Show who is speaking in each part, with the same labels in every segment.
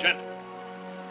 Speaker 1: Gentlemen,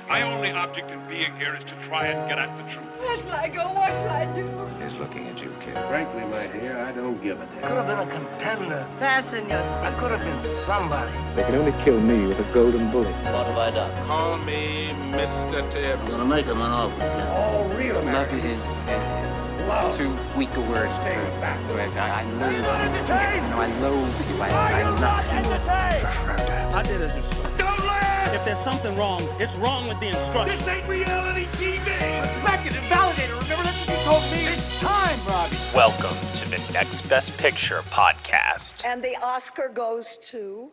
Speaker 1: my only object in being here is to try and get at the truth.
Speaker 2: Where shall I go? What shall I do?
Speaker 3: He's looking at you, kid.
Speaker 4: Frankly, my dear, I don't give a damn.
Speaker 5: Could have been a contender.
Speaker 2: Fasten your
Speaker 5: I could have been somebody.
Speaker 6: They can only kill me with a golden bullet.
Speaker 7: What have I done?
Speaker 4: Call me Mr. Tibbs.
Speaker 7: gonna make him an offer.
Speaker 8: All real
Speaker 6: Love is, is too weak a word. for- for- I, I loathe you. No, I loathe you. I, I love you. Crowder.
Speaker 5: I did as instructed. Don't laugh! If there's something wrong, it's wrong with the instruction. This ain't reality TV! Respect it and validate it. Remember that's what you told me. It's time, Robbie.
Speaker 9: Welcome to the Next Best Picture podcast.
Speaker 2: And the Oscar goes to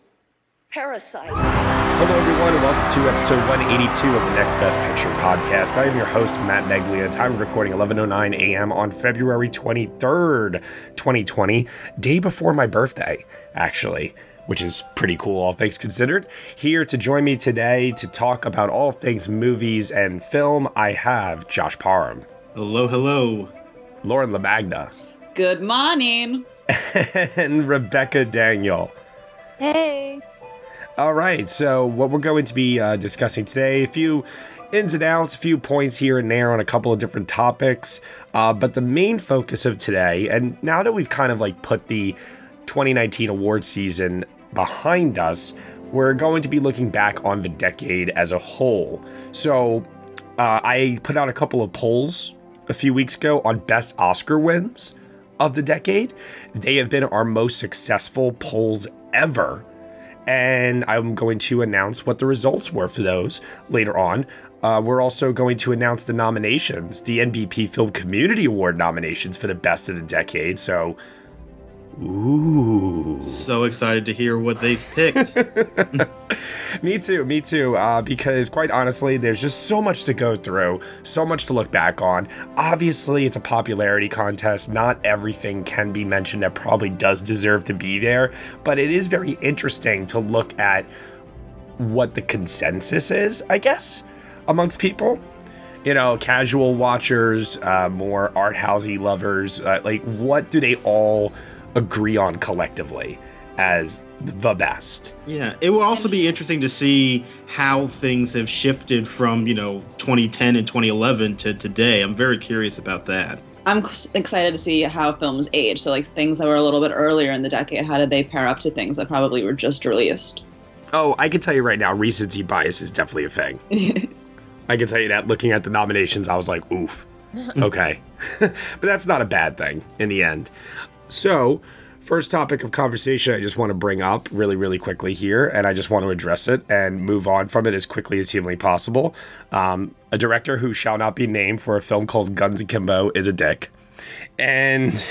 Speaker 2: Parasite.
Speaker 9: Hello, everyone, and welcome to episode 182 of the Next Best Picture podcast. I am your host, Matt Neglia. Time of recording 11:09 a.m. on February 23rd, 2020, day before my birthday, actually. Which is pretty cool, all things considered. Here to join me today to talk about all things movies and film, I have Josh Parham,
Speaker 10: Hello, hello.
Speaker 9: Lauren LaMagna,
Speaker 2: Good morning.
Speaker 9: and Rebecca Daniel.
Speaker 2: Hey.
Speaker 9: All right. So, what we're going to be uh, discussing today, a few ins and outs, a few points here and there on a couple of different topics. Uh, but the main focus of today, and now that we've kind of like put the 2019 award season behind us, we're going to be looking back on the decade as a whole. So, uh, I put out a couple of polls a few weeks ago on best Oscar wins of the decade. They have been our most successful polls ever and I'm going to announce what the results were for those later on. Uh, we're also going to announce the nominations, the NBP Film Community Award nominations for the best of the decade. So, ooh.
Speaker 10: So excited to hear what they've picked.
Speaker 9: me too, me too. Uh, because quite honestly, there's just so much to go through, so much to look back on. Obviously, it's a popularity contest. Not everything can be mentioned that probably does deserve to be there, but it is very interesting to look at what the consensus is, I guess, amongst people. You know, casual watchers, uh, more art housey lovers. Uh, like, what do they all agree on collectively as the best?
Speaker 10: yeah, it will also be interesting to see how things have shifted from, you know, 2010 and 2011 to today. I'm very curious about that.
Speaker 2: I'm c- excited to see how films age. So, like things that were a little bit earlier in the decade, how did they pair up to things that probably were just released?
Speaker 9: Oh, I can tell you right now, recency bias is definitely a thing. I can tell you that looking at the nominations, I was like, oof. Okay. but that's not a bad thing in the end. So, first topic of conversation I just want to bring up really, really quickly here, and I just want to address it and move on from it as quickly as humanly possible. Um, a director who shall not be named for a film called Guns Akimbo is a dick. And.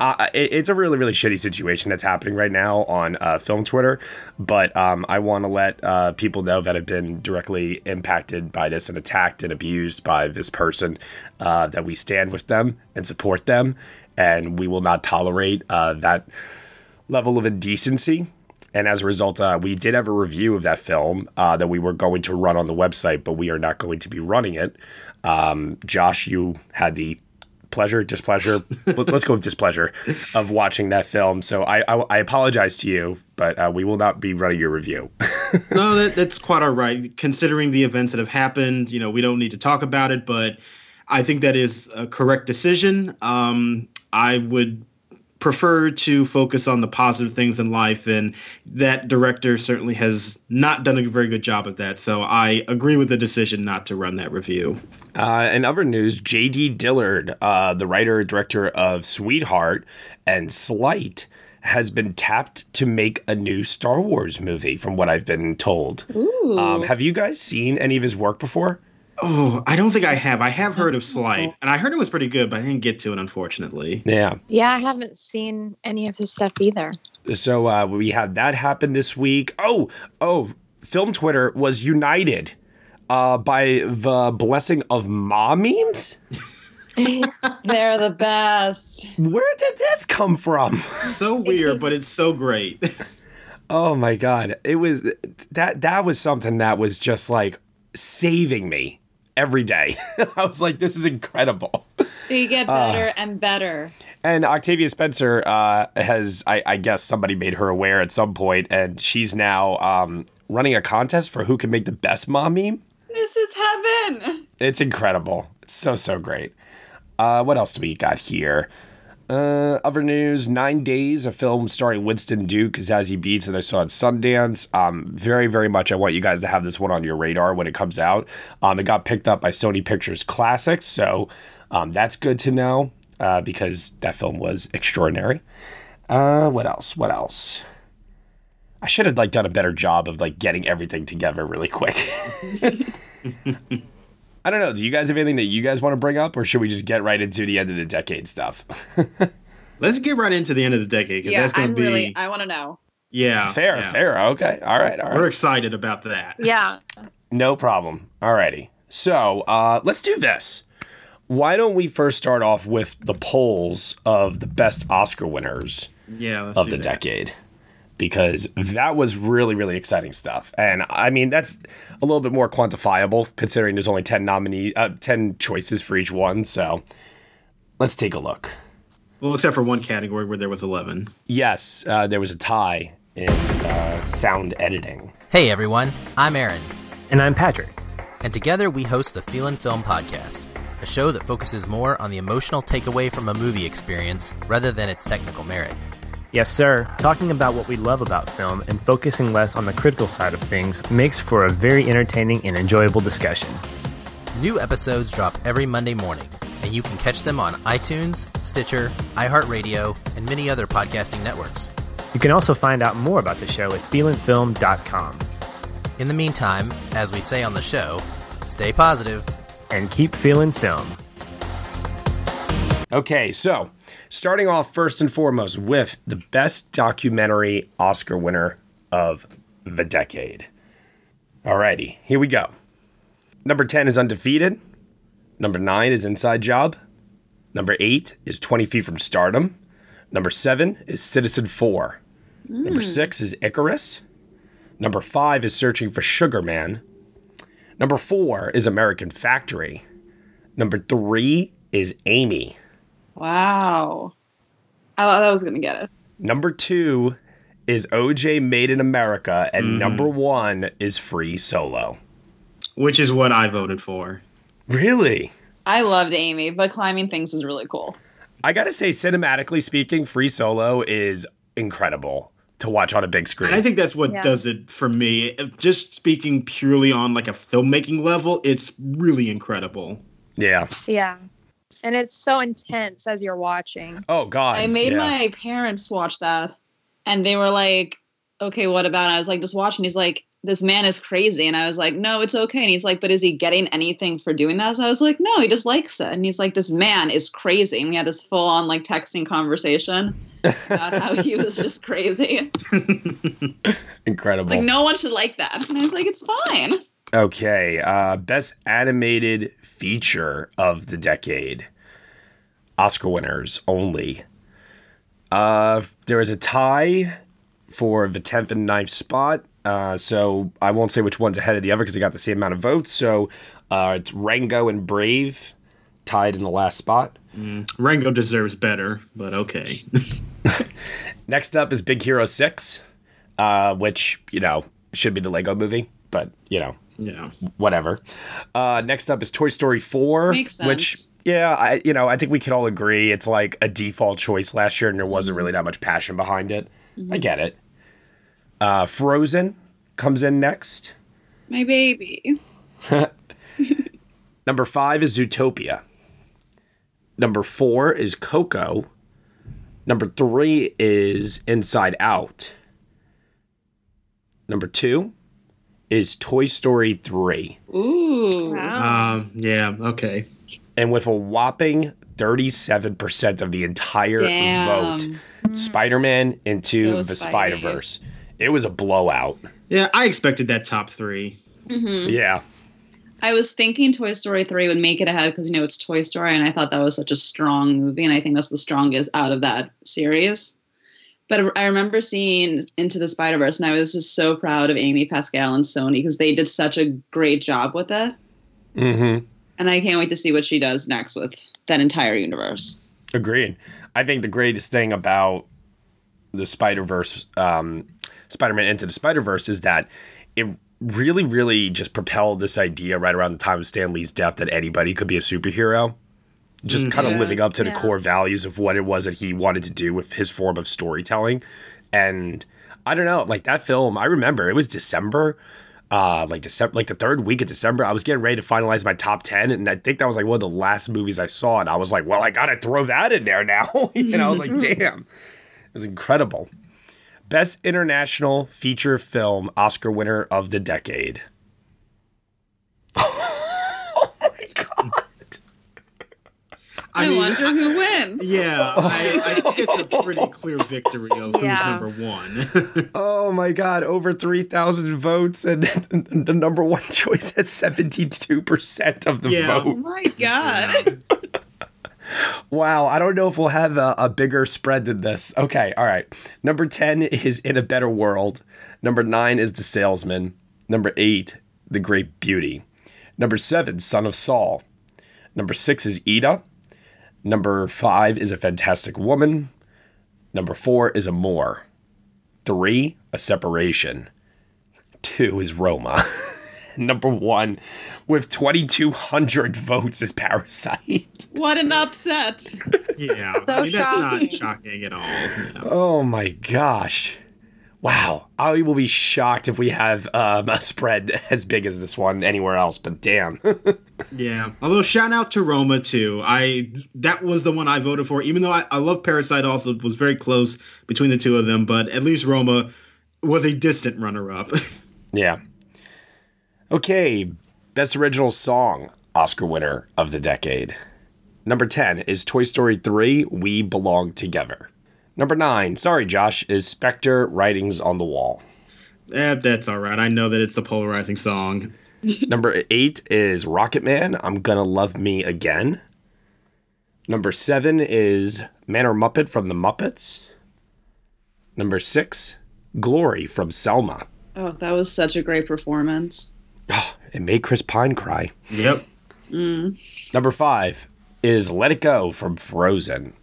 Speaker 9: uh, it- it's a really really shitty situation that's happening right now on uh, film Twitter, but um, I want to let uh, people know that have been directly impacted by this and attacked and abused by this person uh, that we stand with them and support them, and we will not tolerate uh, that level of indecency. And as a result, uh, we did have a review of that film uh, that we were going to run on the website, but we are not going to be running it. Um, Josh, you had the pleasure, displeasure. let- let's go with displeasure of watching that film. So I, I, I apologize to you, but uh, we will not be running your review.
Speaker 10: no, that, that's quite all right. Considering the events that have happened, you know, we don't need to talk about it, but I think that is a correct decision. Um, I would prefer to focus on the positive things in life, and that director certainly has not done a very good job at that. So I agree with the decision not to run that review.
Speaker 9: Uh, in other news, J.D. Dillard, uh, the writer director of Sweetheart and Slight, has been tapped to make a new Star Wars movie, from what I've been told. Um, have you guys seen any of his work before?
Speaker 10: Oh, I don't think I have. I have heard of Slight, and I heard it was pretty good, but I didn't get to it, unfortunately.
Speaker 9: Yeah.
Speaker 2: Yeah, I haven't seen any of his stuff either.
Speaker 9: So uh, we had that happen this week. Oh, oh, film Twitter was united uh, by the blessing of ma memes.
Speaker 2: They're the best.
Speaker 9: Where did this come from?
Speaker 10: So weird, but it's so great.
Speaker 9: Oh my god. It was that that was something that was just like saving me every day. I was like, this is incredible.
Speaker 2: You get better and better.
Speaker 9: And Octavia Spencer uh, has, I, I guess, somebody made her aware at some point, and she's now um, running a contest for who can make the best mom meme.
Speaker 2: This is heaven.
Speaker 9: It's incredible. It's so so great. Uh, what else do we got here? Uh, other news: Nine Days, a film starring Winston Duke, Zazie Beats, and I saw at Sundance. Um, very very much, I want you guys to have this one on your radar when it comes out. Um, it got picked up by Sony Pictures Classics, so um, that's good to know uh, because that film was extraordinary. Uh, what else? What else? I should have like done a better job of like getting everything together really quick. I don't know. Do you guys have anything that you guys want to bring up, or should we just get right into the end of the decade stuff?
Speaker 10: Let's get right into the end of the decade because
Speaker 2: Yeah,
Speaker 10: that's going
Speaker 2: I'm
Speaker 10: to be
Speaker 2: really. I want to know.
Speaker 10: yeah
Speaker 9: fair,
Speaker 10: yeah.
Speaker 9: fair. Okay. All right. All
Speaker 10: We're
Speaker 9: right.
Speaker 10: excited about that.
Speaker 11: Yeah.
Speaker 9: No problem. All righty. So uh, let's do this. Why don't we first start off with the polls of the best Oscar winners
Speaker 10: Yeah, let's
Speaker 9: of
Speaker 10: do
Speaker 9: the
Speaker 10: that.
Speaker 9: decade? Because that was really, really exciting stuff. And I mean, that's a little bit more quantifiable considering there's only 10 nominee, uh, 10 choices for each one. So let's take a look.
Speaker 10: Well, except for one category where there was eleven.
Speaker 9: Yes, uh, there was a tie in uh, sound editing.
Speaker 12: Hey everyone, I'm Aaron,
Speaker 8: And I'm Patrick.
Speaker 12: and together we host the Feelin' Film Podcast, a show that focuses more on the emotional takeaway from a movie experience rather than its technical merit.
Speaker 8: Yes, sir. Talking about what we love about film and focusing less on the critical side of things makes for a very entertaining and enjoyable discussion.
Speaker 12: New episodes drop every Monday morning, and you can catch them on iTunes, Stitcher, iHeartRadio, and many other podcasting networks.
Speaker 8: You can also find out more about the show at feelinfilm.com
Speaker 12: In the meantime, as we say on the show, stay positive.
Speaker 8: and keep feeling film.
Speaker 9: Okay, so starting off first and foremost with the best documentary Oscar winner of the decade. Alrighty, here we go. Number 10 is Undefeated. Number 9 is Inside Job. Number 8 is 20 Feet from Stardom. Number 7 is Citizen 4. Number 6 is Icarus. Number 5 is Searching for Sugar Man. Number 4 is American Factory. Number 3 is Amy.
Speaker 2: Wow. I thought I was gonna get it.
Speaker 9: Number two is OJ Made in America, and
Speaker 10: Mm-hmm.
Speaker 9: number one is Free Solo.
Speaker 10: which is what I voted for.
Speaker 9: Really?
Speaker 2: I loved Amy, but climbing things is really cool.
Speaker 9: I gotta say, cinematically speaking, Free Solo is incredible to watch on a big screen.
Speaker 10: And I think that's what
Speaker 11: Yeah.
Speaker 10: does it for me. If- Just speaking purely on like a filmmaking level, it's really incredible.
Speaker 9: yeah.
Speaker 11: Yeah. And it's so intense as you're watching.
Speaker 9: Oh God.
Speaker 2: I made
Speaker 9: yeah.
Speaker 2: my parents watch that, and they were like, "Okay, what about?" it?" I was like, "Just watch." And he's like, "This man is crazy," and I was like, "No, it's okay." And he's like, "But is he getting anything for doing that?" So I was like, "No, he just likes it." And he's like, "This man is crazy," and we had this full-on like texting conversation about how he was just crazy.
Speaker 9: incredible.
Speaker 2: Like no one should like that. And I was like, "It's fine."
Speaker 9: Okay, uh, best animated feature of the decade. Oscar winners only. Uh, there is a tie for the 10th and 9th spot. Uh, so I won't say which one's ahead of the other because they got the same amount of votes. So uh, it's Rango and Brave tied in the last spot.
Speaker 10: Rango deserves better, but okay.
Speaker 9: Next up is Big Hero 6, uh, which, you know, should be the Lego movie, but, you know,
Speaker 10: yeah.
Speaker 9: whatever. Uh, next up is Toy Story 4,
Speaker 2: Makes
Speaker 9: which
Speaker 2: sense.
Speaker 9: yeah, I you know, I think we can all agree it's like a default choice last year and there
Speaker 2: Mm-hmm.
Speaker 9: wasn't really that much passion behind it. I get it. Uh, Frozen comes in next.
Speaker 2: My baby.
Speaker 9: Number 5 is Zootopia. Number 4 is Coco. Number 3 is Inside Out. Number 2 is Toy Story 3.
Speaker 2: Ooh.
Speaker 11: Wow.
Speaker 10: Um, yeah. Okay.
Speaker 9: and with a whopping 37% of the entire
Speaker 2: Damn.
Speaker 9: vote, Spider Man into
Speaker 2: Go
Speaker 9: the Spider
Speaker 2: Spidey.
Speaker 9: Verse. It was a blowout.
Speaker 10: Yeah, I expected that top three.
Speaker 2: Mm-hmm.
Speaker 9: Yeah.
Speaker 2: I was thinking Toy Story 3 would make it ahead because, you know, it's Toy Story, and I thought that was such a strong movie, and I think that's the strongest out of that series. But I remember seeing Into the Spider Verse, and I was just so proud of Amy Pascal and Sony because they did such a great job with it.
Speaker 9: Mm-hmm.
Speaker 2: And I can't wait to see what she does next with that entire universe.
Speaker 9: Agreed. I think the greatest thing about the Spider Verse, um, Spider Man Into the Spider Verse, is that it really, really just propelled this idea right around the time of Stan Lee's death that anybody could be a superhero. Just
Speaker 4: Mhm.
Speaker 9: kind of
Speaker 4: Yeah.
Speaker 9: living up to the
Speaker 4: Yeah.
Speaker 9: core values of what it was that he wanted to do with his form of storytelling. And I don't know, like that film, I remember it was December. Uh, like December, like the third week of December, I was getting ready to finalize my top ten, and I think that was like one of the last movies I saw, and I was like, "Well, I gotta throw that in there now." and I was like, "Damn, it was incredible. Best international feature film Oscar winner of the decade.
Speaker 2: I,
Speaker 10: mean-
Speaker 2: wonder who wins.
Speaker 10: Yeah, I, I think it's a pretty clear victory of
Speaker 2: Yeah.
Speaker 10: who's number one.
Speaker 9: oh my god, over 3,000 votes and the number one choice has 72% of the
Speaker 2: Oh
Speaker 9: vote.
Speaker 2: my god.
Speaker 9: Wow, I don't know if we'll have a, a bigger spread than this. Okay, all right. Number 10 is In a Better World. Number 9 is The Salesman. Number 8, The Great Beauty. Number 7, Son of Saul. Number 6 is Ida. Number 5 is A Fantastic Woman. Number 4 is A Moor. 3, A Separation. 2 is Roma. Number 1, with 2,200 votes, is Parasite.
Speaker 2: What an upset.
Speaker 10: Yeah.
Speaker 2: So
Speaker 10: I mean, that's not
Speaker 2: shocking.
Speaker 10: shocking at all.
Speaker 9: Oh my gosh. Wow. I will be shocked if we have um, a spread as big as this one anywhere else, but damn.
Speaker 10: Yeah. Although shout out to Roma too. I that was the one I voted for, even though I, I love Parasite also it was very close between the two of them, but at least Roma was a distant runner up.
Speaker 9: yeah. Okay. Best original song Oscar winner of the decade. Number 10 is Toy Story 3 We Belong Together. Number 9, sorry Josh, is Spectre Writings on the Wall.
Speaker 10: eh, that's all right. I know that it's a polarizing song.
Speaker 9: Number eight is Rocket Man. I'm gonna love me again. Number seven is Man or Muppet from the Muppets. Number six, Glory from Selma.
Speaker 2: Oh, that was such a great performance.
Speaker 9: It made Chris Pine cry.
Speaker 10: Yep.
Speaker 2: Mm.
Speaker 9: Number five is Let It Go from Frozen.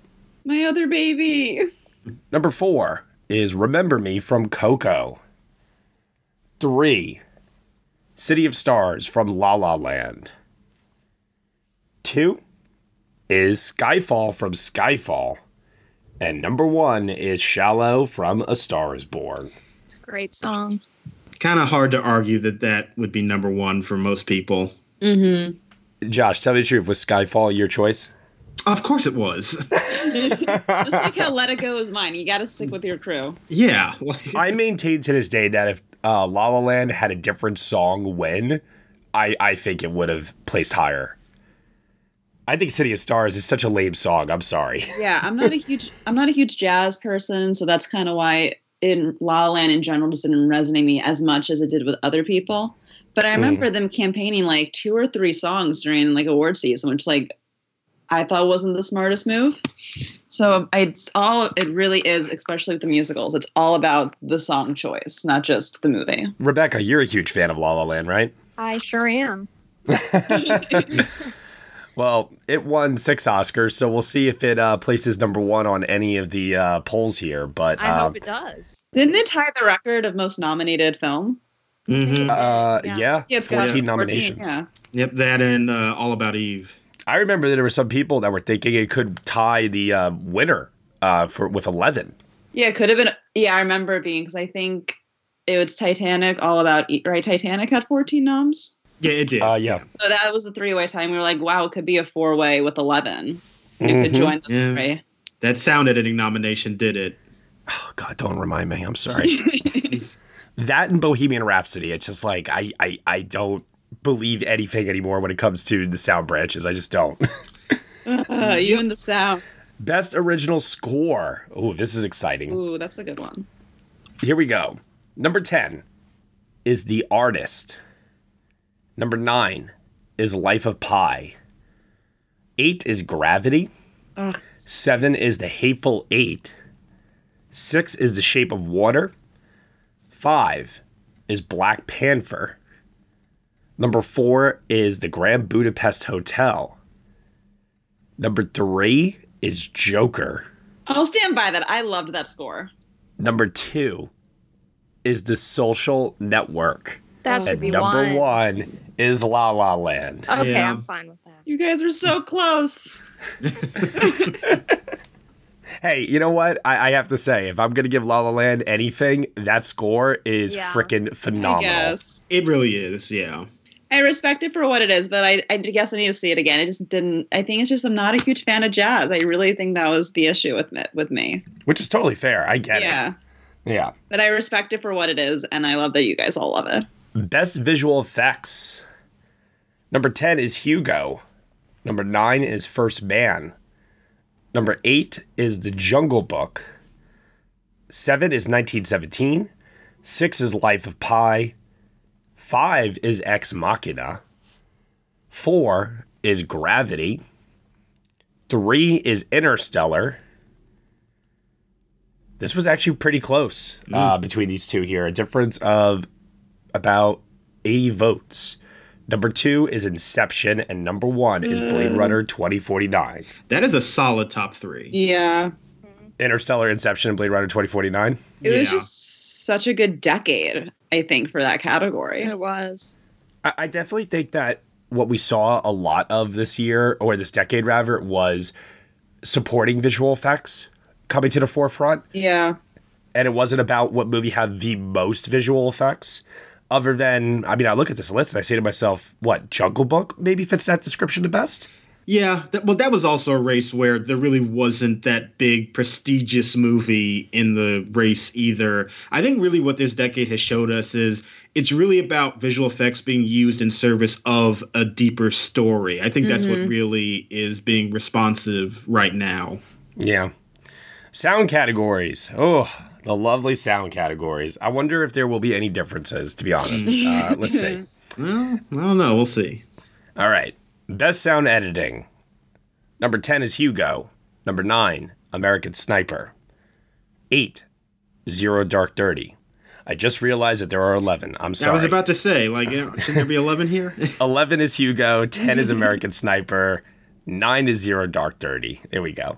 Speaker 2: My other baby.
Speaker 9: Number four is Remember Me from Coco. Three, City of Stars from La La Land. Two is Skyfall from Skyfall. And number one is Shallow from A Star is Born.
Speaker 11: It's a great song.
Speaker 10: Kind of hard to argue that that would be number one for most people.
Speaker 11: Mm-hmm.
Speaker 9: Josh, tell me the truth. Was Skyfall your choice?
Speaker 10: Of course it was.
Speaker 2: Just like how Let It Go is mine. You got to stick with your crew.
Speaker 10: Yeah.
Speaker 9: I maintain to this day that if uh, La La Land had a different song win, I, I think it would have placed higher. I think City of Stars is such a lame song. I'm sorry.
Speaker 2: Yeah, I'm not a huge I'm not a huge jazz person, so that's kind of why in La La Land in general just didn't resonate me as much as it did with other people. But I remember them campaigning like two or three songs during like award season, which like I thought wasn't the smartest move. So I- it's all it really is, especially with the musicals. It's all about the song choice, not just the movie.
Speaker 9: Rebecca, you're a huge fan of La La Land, right?
Speaker 11: I sure am.
Speaker 9: Well, it won six Oscars, so we'll see if it uh, places number one on any of the uh, polls here. But
Speaker 2: I hope
Speaker 9: um,
Speaker 2: it does. Didn't it tie the record of most nominated film?
Speaker 9: uh,
Speaker 2: Yeah.
Speaker 9: yeah,
Speaker 2: Yeah, it's
Speaker 9: 14
Speaker 2: got 14,
Speaker 9: nominations.
Speaker 2: yeah.
Speaker 10: Mm-hmm. Yep, that and uh, All About Eve.
Speaker 9: I remember that there were some people that were thinking it could tie the uh, winner uh, for with 11.
Speaker 2: Yeah, it could have been. Yeah, I remember it being because I think it was Titanic, all about E- right. Titanic had 14 noms,
Speaker 10: Yeah, it did.
Speaker 9: Uh, yeah.
Speaker 2: so that was a three-way tie. and We were like, wow, it could be a four-way with 11. It could
Speaker 9: Mm-hmm.
Speaker 10: Mhm.
Speaker 2: join those
Speaker 10: Yeah.
Speaker 2: three.
Speaker 10: That sound editing nomination did it.
Speaker 9: Oh, God, don't remind me. I'm sorry. that and Bohemian Rhapsody, it's just like I, I, I don't believe anything anymore when it comes to the sound branches. I just don't.
Speaker 2: Uh, you and the sound.
Speaker 9: Best original score. Oh, this is exciting.
Speaker 2: Ooh, that's a good one.
Speaker 9: Here we go. Number 10 is The Artist. Number 9 is Life of Pi. 8 is Gravity.
Speaker 2: Ugh.
Speaker 9: 7 is The Hateful Eight. 6 is The Shape of Water. 5 is Black Panther. Number four is the Grand Budapest Hotel. Number three is Joker.
Speaker 2: I'll stand by that. I loved that score.
Speaker 9: Number two is the Social Network.
Speaker 2: That should
Speaker 9: and
Speaker 2: be
Speaker 9: number
Speaker 2: one.
Speaker 9: one is La La Land.
Speaker 2: fine with that. You guys are so close.
Speaker 9: Hey, you know what? I, I have to say, if I'm gonna give La La Land anything, that score is
Speaker 2: Yeah.
Speaker 9: freaking phenomenal.
Speaker 2: guess.
Speaker 9: It really is, yeah.
Speaker 2: I respect it for what it is, but I, I guess I need to see it again. I just didn't. I think it's just I'm not a huge fan of jazz. I really think that was the issue with me. With me.
Speaker 9: Which is totally fair. I get
Speaker 2: Yeah.
Speaker 9: it. Yeah.
Speaker 2: But I respect it for what it is, and I love that you guys all love it.
Speaker 9: Best visual effects. Number 10 is Hugo. Number 9 is First Man. Number 8 is The Jungle Book. 7 is 1917. 6 is Life of Pi. 5 is Ex Machina. 4 is Gravity. 3 is Interstellar. This was actually pretty close uh, between these two here. A difference of about 80 votes. Number two is Inception, and number one is Blade
Speaker 10: Mm.
Speaker 9: Runner 2049.
Speaker 10: That is a solid top three.
Speaker 2: Yeah.
Speaker 9: Interstellar, Inception, and Blade Runner 2049.
Speaker 2: It was just such a good decade, I think, for that category. It was.
Speaker 9: I, I definitely think that what we saw a lot of this year, or this decade rather, was supporting visual effects coming to the forefront.
Speaker 2: Yeah.
Speaker 9: And it wasn't about what movie had the most visual effects, other than, I mean, I look at this list and I say to myself, what, Jungle Book maybe fits that description the best?
Speaker 10: Yeah, that, well, that was also a race where there really wasn't that big prestigious movie in the race either. I think really what this decade has showed us is it's really about visual effects being used in service of a deeper story. I think that's
Speaker 9: Mhm.
Speaker 10: what really is being responsive right now.
Speaker 9: Yeah. Sound categories. Oh, the lovely sound categories. I wonder if there will be any differences, to be honest. Uh, let's see.
Speaker 10: Well, I don't know. We'll see.
Speaker 9: All right. Best sound editing. Number 10 is Hugo. Number 9, American Sniper. 8, Zero Dark Dirty. I just realized that there are 11. I'm sorry.
Speaker 10: I was about to say, like, you know, shouldn't there be 11 here?
Speaker 9: 11 is Hugo, 10 is American Sniper, 9 is Zero Dark Dirty. There we go.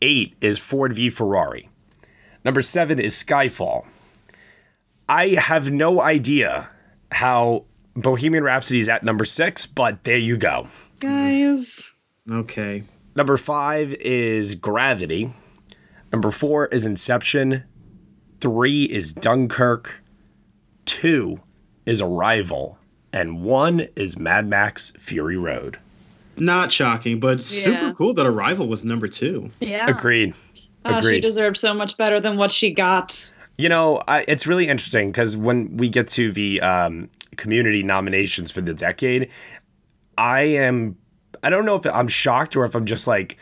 Speaker 9: 8 is Ford v Ferrari. Number 7 is Skyfall. I have no idea how Bohemian Rhapsody is at number 6, but there you go.
Speaker 2: Guys.
Speaker 10: Okay.
Speaker 9: Number 5 is Gravity. Number 4 is Inception. 3 is Dunkirk. 2 is Arrival. And 1 is Mad Max Fury Road.
Speaker 10: Not shocking, but
Speaker 2: Yeah.
Speaker 10: super cool that Arrival was number two.
Speaker 2: Yeah.
Speaker 9: Agreed.
Speaker 2: Oh, she
Speaker 9: Agreed.
Speaker 2: deserved so much better than what she got.
Speaker 9: You know, I, it's really interesting because when we get to the um, community nominations for the decade, I am, I don't know if I'm shocked or if I'm just like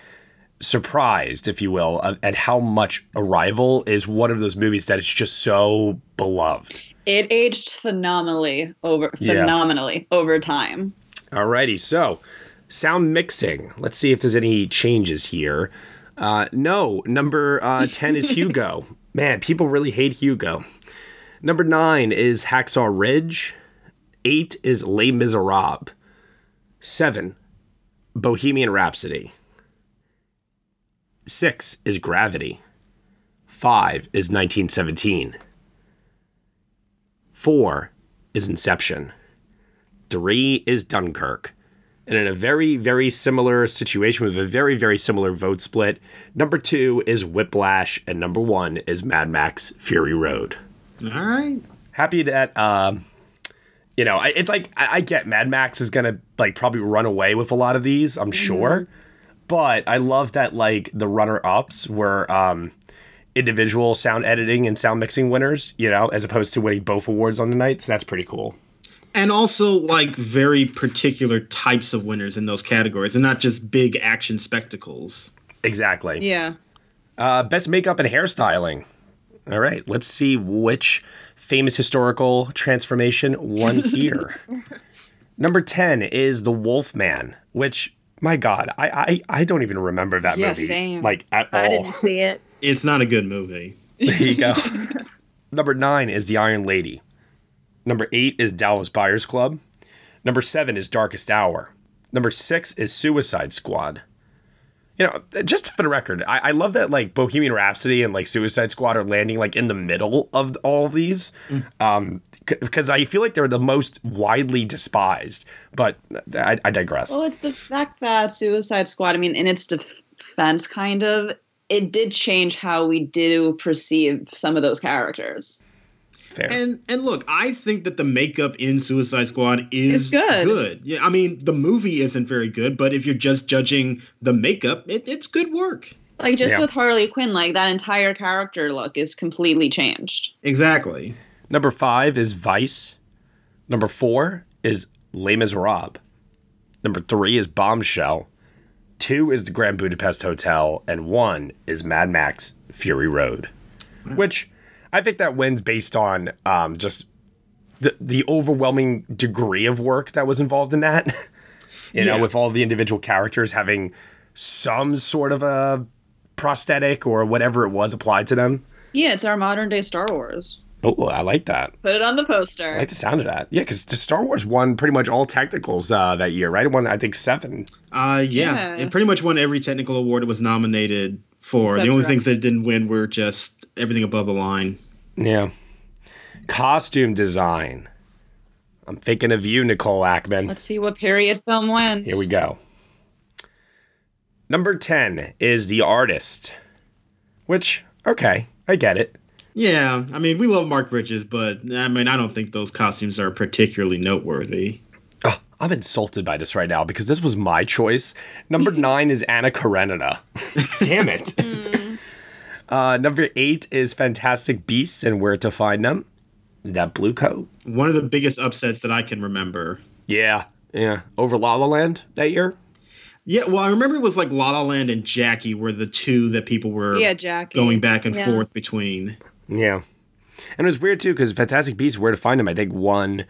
Speaker 9: surprised, if you will, at- at how much Arrival is one of those movies that it's just so beloved.
Speaker 2: It aged phenomenally over
Speaker 9: Yeah.
Speaker 2: phenomenally over time.
Speaker 9: Alrighty, so sound mixing. Let's see if there's any changes here. Uh, no, number uh, 10 is Hugo. Man, people really hate Hugo. Number 9 is Hacksaw Ridge. 8 is Les Miserables. 7, Bohemian Rhapsody. 6 is Gravity. 5 is 1917. 4 is Inception. 3 is Dunkirk. And in a very, very similar situation with a very, very similar vote split, number 2 is Whiplash, and number 1 is Mad Max Fury Road.
Speaker 10: All right.
Speaker 9: Happy that, um, you know, I, it's like, I, I get Mad Max is going to, like, probably run away with a lot of these, I'm sure. But I love that, like, the runner ups were, um, individual sound editing and sound mixing winners, you know, as opposed to winning both awards on the night. So that's pretty cool.
Speaker 10: and also like very particular types of winners in those categories and not just big action spectacles
Speaker 9: Exactly.
Speaker 2: Yeah.
Speaker 9: Uh, best makeup and hairstyling. All right, let's see which famous historical transformation won here. Number 10 is The Wolfman, which, my God, I I, I don't even remember that
Speaker 11: Yeah,
Speaker 9: movie.
Speaker 11: same.
Speaker 9: Like, at all.
Speaker 11: I didn't see it.
Speaker 10: it's not a good movie
Speaker 9: There you go. Number nine is The Iron Lady. Number eight is Dallas Buyers Club. Number seven is Darkest Hour. Number six is Suicide Squad. You know, just for the record, I, I love that like Bohemian Rhapsody and like Suicide Squad are landing like in the middle of all of these, um, because I feel like they're the most widely despised. But I, I digress.
Speaker 2: Well, it's the fact that Suicide Squad, I mean, in its defense, kind of, it did change how we do perceive some of those characters.
Speaker 10: And and look, I think that the makeup in Suicide Squad is
Speaker 2: It's good.
Speaker 10: Yeah, I mean the movie isn't very good, but if you're just judging the makeup, it, it's good work.
Speaker 2: Like, just
Speaker 10: Yeah.
Speaker 2: with Harley Quinn, like, that entire character look is completely changed.
Speaker 10: Exactly.
Speaker 9: Number five is Vice. Number four is Les Miserables. Number three is Bombshell. Two is the Grand Budapest Hotel, and one is Mad Max Fury Road, which I think that wins based on um, just the the overwhelming degree of work that was involved in that. you know,
Speaker 10: Yeah.
Speaker 9: with all the individual characters having some sort of a prosthetic or whatever it was applied to them.
Speaker 2: Yeah, it's our modern day Star Wars.
Speaker 9: Oh, I like that.
Speaker 2: Put it on the poster.
Speaker 9: I like the sound of that. Yeah, because the Star Wars won pretty much all technicals uh, that year, right? It won, I think, seven.
Speaker 10: Uh, yeah,
Speaker 2: Yeah.
Speaker 10: it pretty much won every technical award it was nominated for.
Speaker 9: Except
Speaker 10: the only
Speaker 9: for-
Speaker 10: things that it didn't win were just everything above the line.
Speaker 9: Yeah. Costume design. I'm thinking of you, Nicole Ackman.
Speaker 2: Let's see what period film wins.
Speaker 9: Here we go. Number 10 is The Artist, which, okay, I get it.
Speaker 10: Yeah, I mean we love Mark Bridges, but I mean I don't think those costumes are particularly noteworthy.
Speaker 9: I'm insulted by this right now because this was my choice. Number nine is Anna Karenina. Damn it. uh, number eight is Fantastic Beasts and Where to Find Them. That blue coat.
Speaker 10: One of the biggest upsets that I can remember.
Speaker 9: Yeah, yeah. Over La La Land that year.
Speaker 10: Yeah, well, I remember it was like La La Land and Jackie were the two that people were
Speaker 2: Yeah, Jackie.
Speaker 10: going back and
Speaker 2: Yeah.
Speaker 10: forth between.
Speaker 9: Yeah. And it was weird too because Fantastic Beasts, Where to Find Them, I think won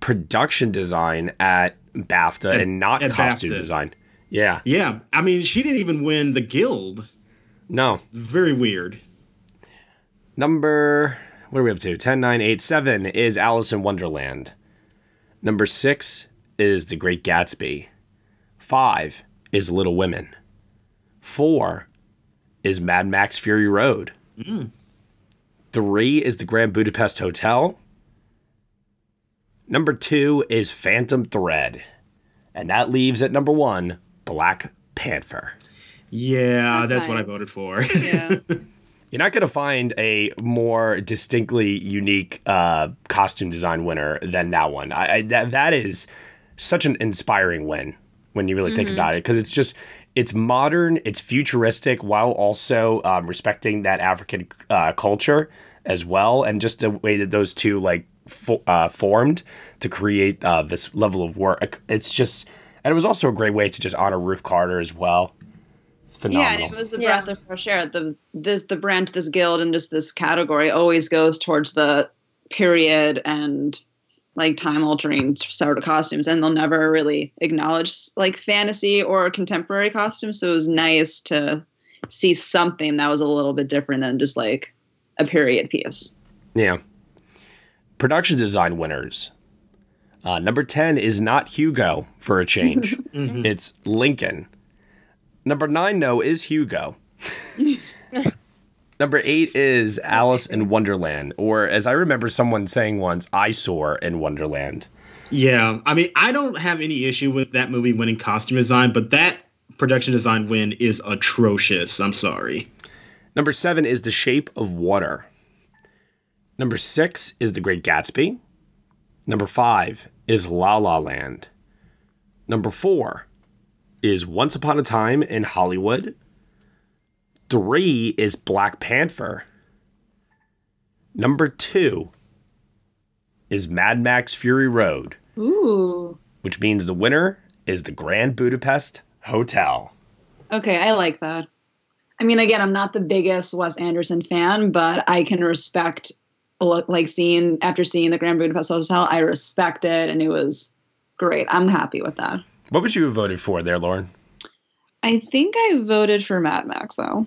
Speaker 9: production design at BAFTA
Speaker 10: At-
Speaker 9: and not
Speaker 10: at
Speaker 9: costume
Speaker 10: BAFTA.
Speaker 9: design. Yeah.
Speaker 10: Yeah, I mean, she didn't even win the Guild.
Speaker 9: No.
Speaker 10: Very weird.
Speaker 9: Number, what are we up to? 10, 9, 8, 7 is Alice in Wonderland. Number 6 is The Great Gatsby. 5 is Little Women. 4 is Mad Max Fury Road. 3 is The Grand Budapest Hotel. Number 2 is Phantom Thread. And that leaves at number 1 Black Panther.
Speaker 10: Yeah, that's, what I voted for.
Speaker 9: You're not going to find a more distinctly unique uh, costume design winner than that one. I, I that, that is such an inspiring win when you really think
Speaker 10: Mhm.
Speaker 2: Mm-hmm.
Speaker 9: about it because it's just it's modern, it's futuristic while also um, respecting that African uh, culture as well, and just the way that those two like fo- uh, formed to create uh, this level of work. It's just and it was also a great way to just honor Ruth Carter as well. It's phenomenal.
Speaker 2: Yeah, and it was the breath of fresh air. The this the branch, this guild, and just this category always goes towards the period and like time altering sort of costumes, and they'll never really acknowledge like fantasy or contemporary costumes. So it was nice to see something that was a little bit different than just like a period piece.
Speaker 9: Yeah. Production design winners. Uh, number 10 is not Hugo for a change. It's Lincoln. Number 9, though, is Hugo. number 8 is Alice in Wonderland, or as I remember someone saying once, Eyesore in Wonderland.
Speaker 10: yeah, I mean, I don't have any issue with that movie winning costume design, but that production design win is atrocious. I'm sorry.
Speaker 9: Number 7 is The Shape of Water. Number 6 is The Great Gatsby. Number 5 is La La Land. Number 4 is Once Upon a Time in Hollywood. 3 is Black Panther. Number 2 is Mad Max Fury Road,
Speaker 2: Ooh.
Speaker 9: which means the winner is the Grand Budapest Hotel.
Speaker 2: Okay, I like that. I mean, again, I'm not the biggest Wes Anderson fan, but I can respect lo- like seeing after seeing the Grand Budapest Hotel, I respect it, and it was great. I'm happy with that.
Speaker 9: What would you have voted for there, Lauren?
Speaker 2: I think I voted for Mad Max though.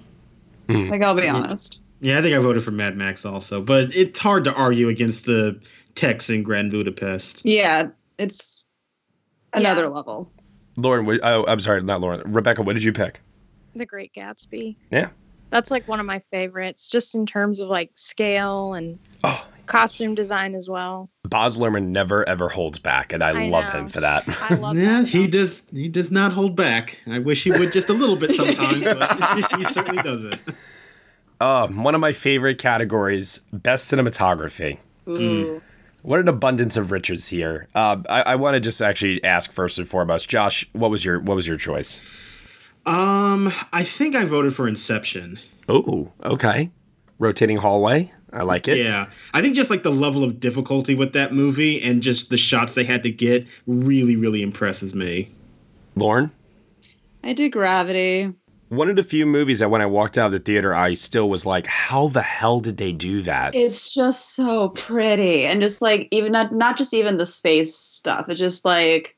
Speaker 2: Like I'll be honest.
Speaker 10: Yeah, I think I voted for Mad Max also, but it's hard to argue against the Tex in Grand Budapest.
Speaker 2: Yeah, it's another level.
Speaker 9: Lauren, what- oh, I'm sorry, not Lauren. Rebecca, what did you pick?
Speaker 11: The Great Gatsby.
Speaker 9: Yeah.
Speaker 11: That's like one of my favorites, just in terms of like scale and
Speaker 10: Oh.
Speaker 11: costume design as well.
Speaker 9: Boz Lerman never ever holds back, and I,
Speaker 11: I
Speaker 9: love
Speaker 11: know.
Speaker 9: him for that.
Speaker 10: yeah, he does. He does not hold back. I wish he would just a little bit sometimes, but he certainly doesn't.
Speaker 9: Um, one of my favorite categories: best cinematography.
Speaker 2: Ooh.
Speaker 9: What an abundance of riches here. Um, I, I want to just actually ask first and foremost, Josh, what was your what was your choice?
Speaker 10: Um, I think I voted for Inception.
Speaker 9: Oh, okay. Rotating hallway. I like it.
Speaker 10: Yeah, I think just like the level of difficulty with that movie and just the shots they had to get really, really impresses me.
Speaker 9: Lauren,
Speaker 2: I did Gravity.
Speaker 9: one of the few movies that when I walked out of the theater, I still was like, how the hell did they do that?
Speaker 2: It's just so pretty, and just like even not not just even the space stuff. It's just like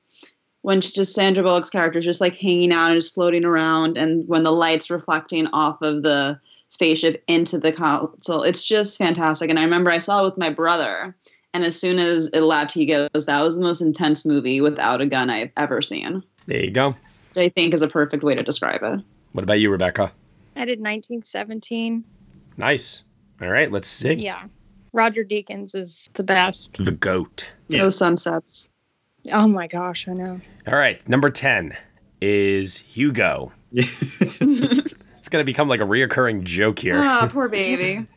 Speaker 2: when she, just Sandra Bullock's character is just like hanging out and just floating around, and when the lights reflecting off of the spaceship into the console, it's just fantastic. And I remember I saw it with my brother, and as soon as it left, he goes, "That was the most intense movie without a gun I've ever seen."
Speaker 9: There you go.
Speaker 2: Which I think is a perfect way to describe it.
Speaker 9: What about you, Rebecca?
Speaker 11: I did 1917.
Speaker 9: Nice. All right, let's see.
Speaker 11: Yeah. Roger Deakins is the best.
Speaker 9: The goat.
Speaker 2: Those sunsets.
Speaker 11: Oh my gosh, I know.
Speaker 9: All right, number 10 is Hugo. it's going to become like a reoccurring joke here.
Speaker 2: Ah, poor baby.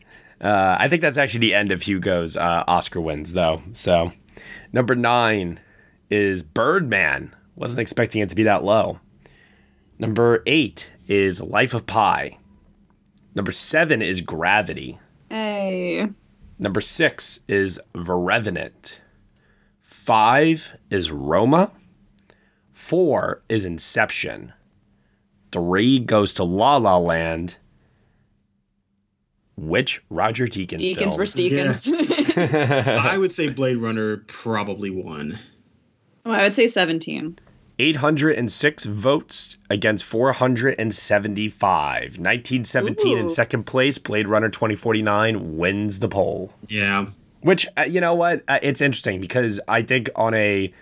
Speaker 9: Uh, I think that's actually the end of Hugo's uh, Oscar wins, though. So, number nine is Birdman. Wasn't expecting it to be that low. Number eight is Life of Pi. Number seven is Gravity.
Speaker 2: hey.
Speaker 9: Number six is The Revenant. Five is Roma. Four is Inception. Three goes to La La Land. Which Roger Deakins film?
Speaker 2: Deacons versus Deacons.
Speaker 10: I would say Blade Runner probably won.
Speaker 2: Well, I would say 17.
Speaker 9: 806 votes against 475. 1917 in
Speaker 2: Ooh.
Speaker 9: second place. Blade Runner 2049 wins the poll.
Speaker 10: Yeah.
Speaker 9: Which uh, you know what? Uh, it's interesting because I think on a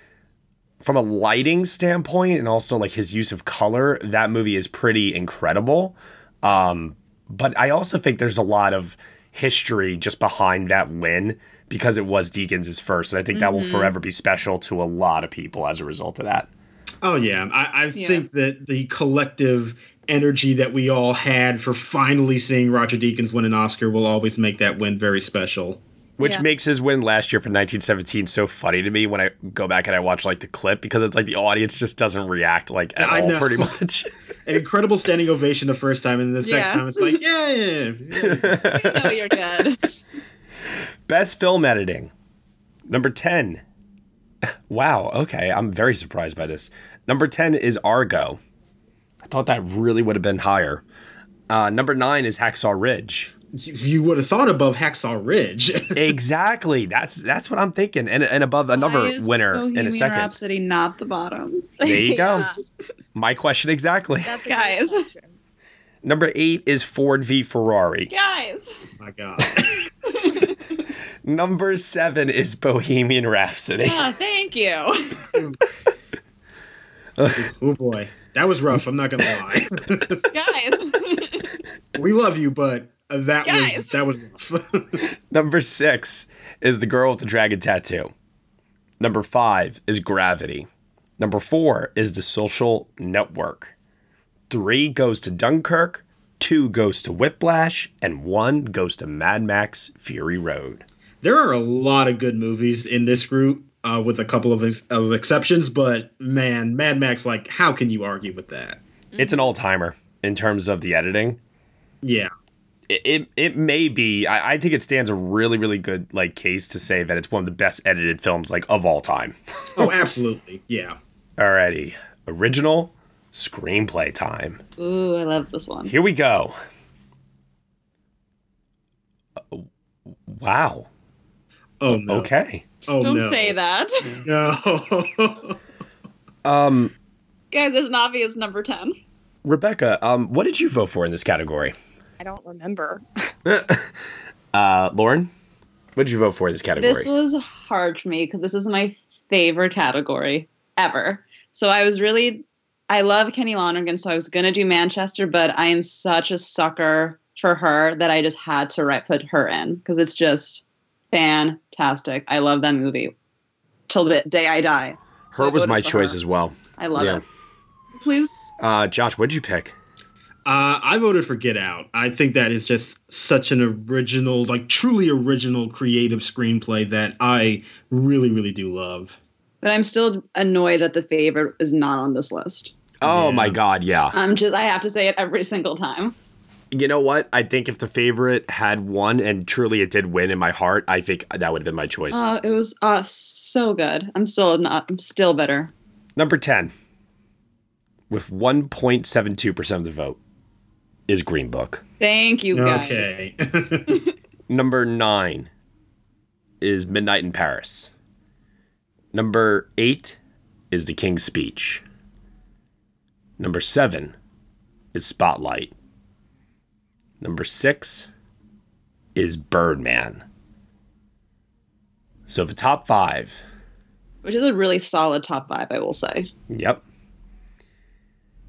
Speaker 9: from a lighting standpoint and also like his use of color, that movie is pretty incredible. Um, but I also think there's a lot of history just behind that win because it was Deacons' first, and I think that will
Speaker 10: Mhm.
Speaker 9: forever be special to a lot of people as a result of that.
Speaker 10: Oh yeah, I, I think that the collective energy that we all had for finally seeing Roger Deakins win an Oscar will always make that win very special.
Speaker 9: Which
Speaker 10: Yeah.
Speaker 9: makes his win last year for 1917 so funny to me when I go back and I watch like the clip because it's like the audience just doesn't react like at
Speaker 10: I
Speaker 9: all,
Speaker 10: know.
Speaker 9: pretty much.
Speaker 10: An incredible standing ovation the first time, and the second
Speaker 2: Yeah.
Speaker 10: time it's like, yeah, yeah, yeah.
Speaker 2: No, you're good.
Speaker 9: Best film editing. Number 10. Wow, okay. I'm very surprised by this. Number 10 is Argo. I thought that really would have been higher. Uh, number 9 is Hacksaw Ridge.
Speaker 10: You- you would have thought above Hacksaw Ridge. Oh,
Speaker 9: exactly. That's that's what I'm thinking. And, and above another winner in a
Speaker 2: Bohemian
Speaker 9: second.
Speaker 2: Rhapsody, not the bottom.
Speaker 9: There you go. My question exactly.
Speaker 2: guys,
Speaker 9: Number 8 is Ford v Ferrari.
Speaker 2: guys.
Speaker 10: My God.
Speaker 9: Number 7 is Bohemian Rhapsody.
Speaker 2: Ah, thank you.
Speaker 10: oh boy, that was rough. I'm not gonna lie.
Speaker 2: guys,
Speaker 10: we love you, but uh, that was that was rough.
Speaker 9: Number six is the girl with the dragon tattoo. Number five is gravity. Number four is the social network. Three goes to Dunkirk, two goes to Whiplash, and one goes to Mad Max Fury Road.
Speaker 10: there are a lot of good movies in this group, uh, with a couple of ex- of exceptions. But man, Mad Max, like, how can you argue with that?
Speaker 9: It's an all timer in terms of the editing.
Speaker 10: Yeah.
Speaker 9: It, it, it may be, I, I think it stands a really, really good like case to say that it's one of the best edited films like of all time.
Speaker 10: Oh, absolutely. Yeah.
Speaker 9: Alrighty. Original screenplay time.
Speaker 2: Ooh, I love this one.
Speaker 9: Here we go. Uh, Wow.
Speaker 10: Oh
Speaker 9: no. Okay.
Speaker 10: Oh Uh,
Speaker 2: Don't say that.
Speaker 10: No.
Speaker 9: um,
Speaker 2: guys, it's not obvious number 10.
Speaker 9: Rebecca, um, what did you vote for in this category?
Speaker 11: I don't remember.
Speaker 9: Uh, Lauren, what did you vote for in this category?
Speaker 2: This was hard for me because this is my favorite category ever. So I was really, I love Kenny Lonergan, so I was gonna do Manchester, but I am such a sucker for her that I just had to write, put her in because it's just fantastic. I love that movie till the day I die.
Speaker 9: Her was my choice as well.
Speaker 2: I love
Speaker 9: Yeah.
Speaker 2: it. Please
Speaker 9: Uh, Josh, what'd you pick?
Speaker 10: Uh, I voted for Get Out. I think that is just such an original, like truly original creative screenplay that I really, really do love.
Speaker 2: But I'm still annoyed that the favorite is not on this list.
Speaker 9: Oh my God, yeah.
Speaker 2: I'm just I have to say it every single time.
Speaker 9: You know what? I think if the favorite had won, and truly it did win in my heart, I think that would have been my choice.
Speaker 2: Uh, it was uh, so good. I'm still not. I'm still bitter.
Speaker 9: Number 10, with 1.72% of the vote, is Green Book.
Speaker 2: Thank you guys.
Speaker 9: Number 9 is Midnight in Paris. Number 8 is The King's Speech. Number 7 is Spotlight. Number 6 is Birdman. So the top 5
Speaker 2: Which is a really solid top five, I will say.
Speaker 9: Yep.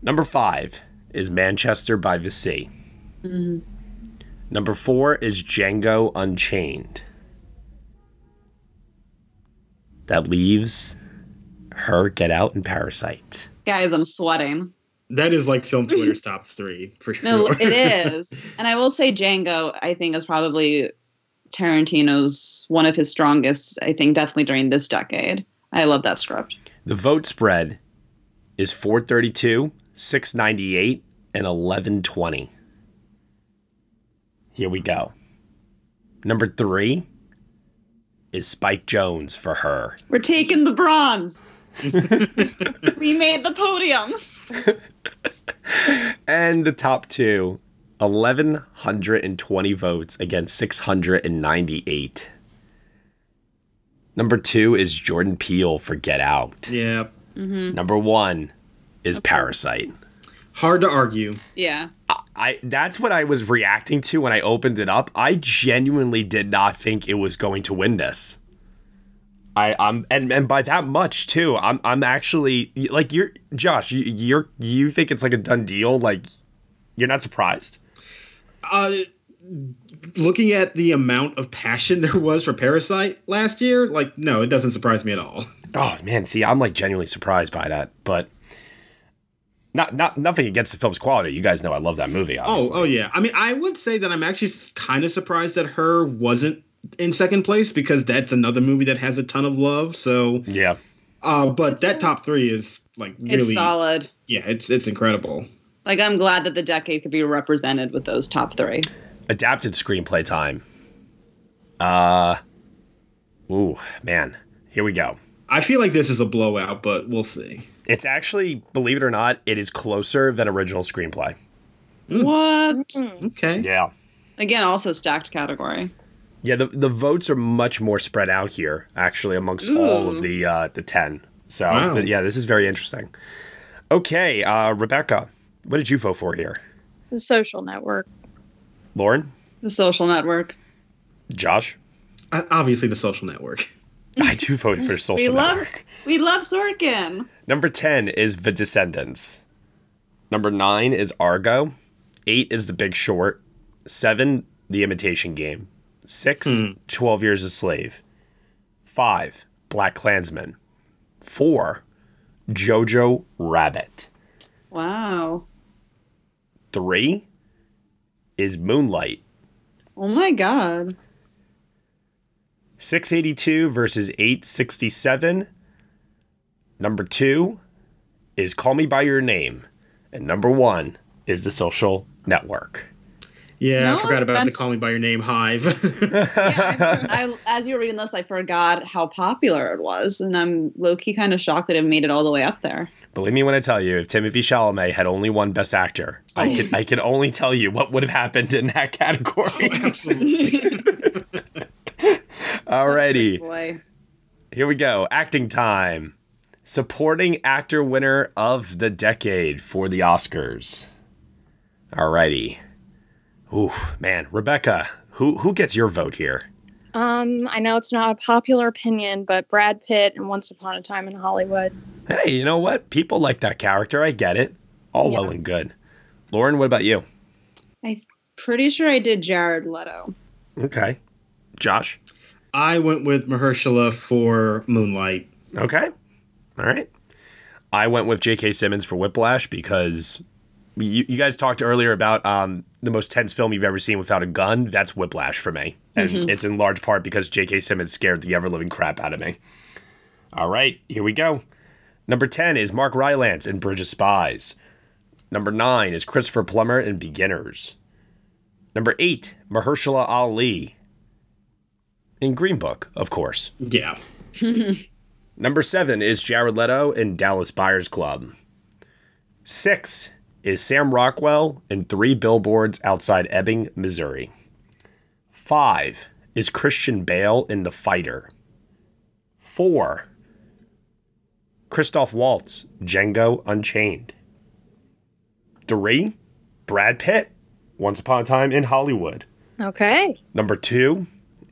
Speaker 9: Number five is Manchester by the Sea.
Speaker 2: Mhm.
Speaker 9: Number four is Django Unchained. That leaves her Get Out and Parasite.
Speaker 2: Guys, I'm sweating.
Speaker 10: That is like film Twitter's top three for sure.
Speaker 2: No, it is. And I will say Django, I think, is probably Tarantino's one of his strongest. I think definitely during this decade. I love that script.
Speaker 9: The vote spread is 432, 698, and 1120. Here we go. Number three is Spike Jones for her.
Speaker 2: We're taking the bronze. we made the podium.
Speaker 9: And the top two, 1,120 votes against 698. Number two is Jordan Peele for Get Out.
Speaker 10: Yeah.
Speaker 9: Number one is Parasite.
Speaker 10: Hard to argue.
Speaker 2: Yeah.
Speaker 9: I that's what I was reacting to when I opened it up. I genuinely did not think it was going to win this. I I'm and and by that much too. I'm I'm actually like you're Josh. You, you're you think it's like a done deal. Like you're not surprised.
Speaker 10: Uh, looking at the amount of passion there was for Parasite last year, like, no, it doesn't surprise me at all.
Speaker 9: Oh man, see, I'm like genuinely surprised by that, but not not nothing against the film's quality. You guys know I love that movie. Obviously.
Speaker 10: Oh, oh yeah. I mean, I would say that I'm actually kind of surprised that her wasn't in second place because that's another movie that has a ton of love. So
Speaker 9: yeah.
Speaker 10: Uh, but that top three is like really
Speaker 2: It's solid.
Speaker 10: Yeah, it's it's incredible.
Speaker 2: Like I'm glad that the decade could be represented with those top three.
Speaker 9: adapted screenplay time. Uh, ooh, man, here we go.
Speaker 10: I feel like this is a blowout, but we'll see.
Speaker 9: It's actually, believe it or not, it is closer than original screenplay.
Speaker 10: Hmm.
Speaker 2: What?
Speaker 10: Okay.
Speaker 9: Yeah,
Speaker 2: Again, also stacked category.
Speaker 9: yeah. The the votes are much more spread out here, actually, amongst all
Speaker 2: Ooh.
Speaker 9: of the uh, the ten. So
Speaker 10: Wow.
Speaker 9: th- yeah, this is very interesting. Okay, uh, Rebecca, what did you vote for here?
Speaker 11: The social network.
Speaker 9: Lauren,
Speaker 2: The social network.
Speaker 9: Josh,
Speaker 10: O- Obviously, the social network.
Speaker 9: I do vote for Social
Speaker 2: we
Speaker 9: Network.
Speaker 2: love we love Sorkin.
Speaker 9: Number 10 is The Descendants. Number 9 is Argo. 8 is The Big Short. 7, The Imitation Game. 6, 12 Years a Slave. 5, Black Klansman. 4, Jojo Rabbit.
Speaker 2: Wow.
Speaker 9: 3 is Moonlight.
Speaker 2: Oh my god.
Speaker 9: 682 versus 867. Number 2 is Call Me By Your Name. And number 1 is The Social Network.
Speaker 10: Yeah,
Speaker 2: No
Speaker 10: I forgot about the
Speaker 2: offense.
Speaker 10: Call Me By Your Name Hive.
Speaker 2: I as you were reading this, I forgot how popular it was, and I'm low key kind of shocked that it made it all the way up there.
Speaker 9: Believe me when I tell you, if Timothy Chalamet had only won Best Actor, I can I can only tell you what would have happened in that category. Alrighty,
Speaker 2: Boy.
Speaker 9: here we go. Acting time. Supporting actor winner of the decade for the Oscars. Alrighty. Ooh, man, Rebecca, who who gets your vote here?
Speaker 11: Um, I know it's not a popular opinion, but Brad Pitt and Once Upon a Time in Hollywood.
Speaker 9: Hey, you know what? People like that character. I get it. All well and good. Lauren, what about you?
Speaker 2: I'm pretty sure I did Jared Leto.
Speaker 9: Okay. Josh?
Speaker 10: I went with Mahershala for Moonlight.
Speaker 9: Okay. All right. I went with J.K. Simmons for Whiplash because you, you guys talked earlier about um, the most tense film you've ever seen without a gun. That's Whiplash for me. And
Speaker 3: Mhm.
Speaker 9: it's in large part because J.K. Simmons scared the ever living crap out of me. All right, here we go. Number 10 is Mark Rylance in Bridge of Spies. Number 9 is Christopher Plummer in Beginners. Number 8, Mahershala Ali in Green Book, of course.
Speaker 10: Yeah.
Speaker 9: Number seven is Jared Leto in Dallas Buyers Club. Six is Sam Rockwell in Three Billboards Outside Ebbing, Missouri. Five is Christian Bale in The Fighter. Four, Christoph Waltz, Django Unchained. Three, Brad Pitt, Once Upon a Time in Hollywood.
Speaker 11: Okay.
Speaker 9: Number two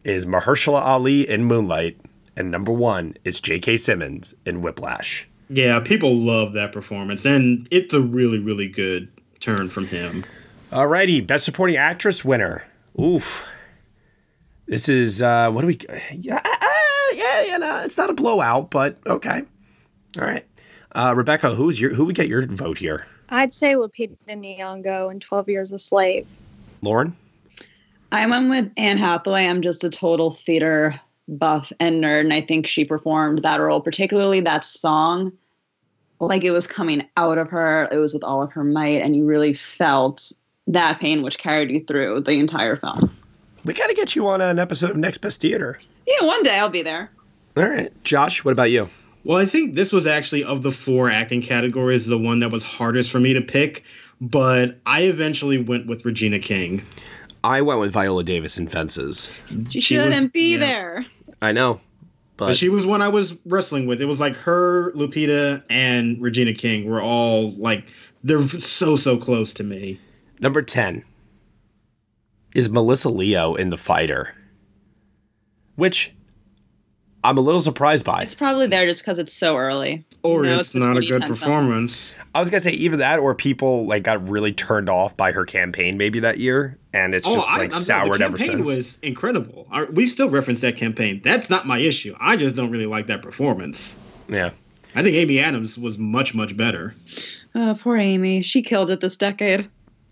Speaker 9: is Mahershala Ali in Moonlight, and number one is J.K. Simmons in Whiplash.
Speaker 10: Yeah, people love that performance, and it's a really, really good turn from him.
Speaker 9: Alrighty, Best Supporting Actress winner. Oof. This is uh, what do we? Yeah, uh, uh, yeah, yeah. No, it's not a blowout, but okay. All right, uh, Rebecca, who's your who would get your vote here?
Speaker 11: I'd say Lupita Nyong'o in 12 Years a Slave.
Speaker 9: Lauren.
Speaker 2: I went with Anne Hathaway. I'm just a total theater buff and nerd, and I think she performed that role, particularly that song. Like it was coming out of her, it was with all of her might, and you really felt that pain, which carried you through the entire film.
Speaker 9: We gotta get you on an episode of Next Best Theater.
Speaker 2: Yeah, one day I'll be there.
Speaker 9: All right, Josh. What about you?
Speaker 10: Well, I think this was actually of the four acting categories the one that was hardest for me to pick, but I eventually went with Regina King.
Speaker 9: I went with Viola Davis in Fences.
Speaker 2: She,
Speaker 10: was-
Speaker 2: shouldn't be there.
Speaker 9: I know,
Speaker 10: But,
Speaker 9: but
Speaker 10: she was one I was wrestling with. It was like her, Lupita, and Regina King were all like they're so so close to me.
Speaker 9: Number 10 is Melissa Leo in The Fighter, which I'm a little surprised by.
Speaker 2: It's probably there just because it's so early.
Speaker 10: Or
Speaker 2: You know,
Speaker 10: it's
Speaker 2: the
Speaker 10: not a good
Speaker 2: 2010 film.
Speaker 10: performance.
Speaker 9: I was gonna say either that or people like got really turned off by her campaign maybe that year, and it's just
Speaker 10: Oh, I-
Speaker 9: like
Speaker 10: I'm sorry,
Speaker 9: soured
Speaker 10: the
Speaker 9: ever
Speaker 10: campaign
Speaker 9: since.
Speaker 10: was incredible. I- We still reference that campaign. That's not my issue. I just don't really like that performance.
Speaker 9: Yeah.
Speaker 10: I think Amy Adams was much much better.
Speaker 2: Oh, poor Amy. She killed it this decade.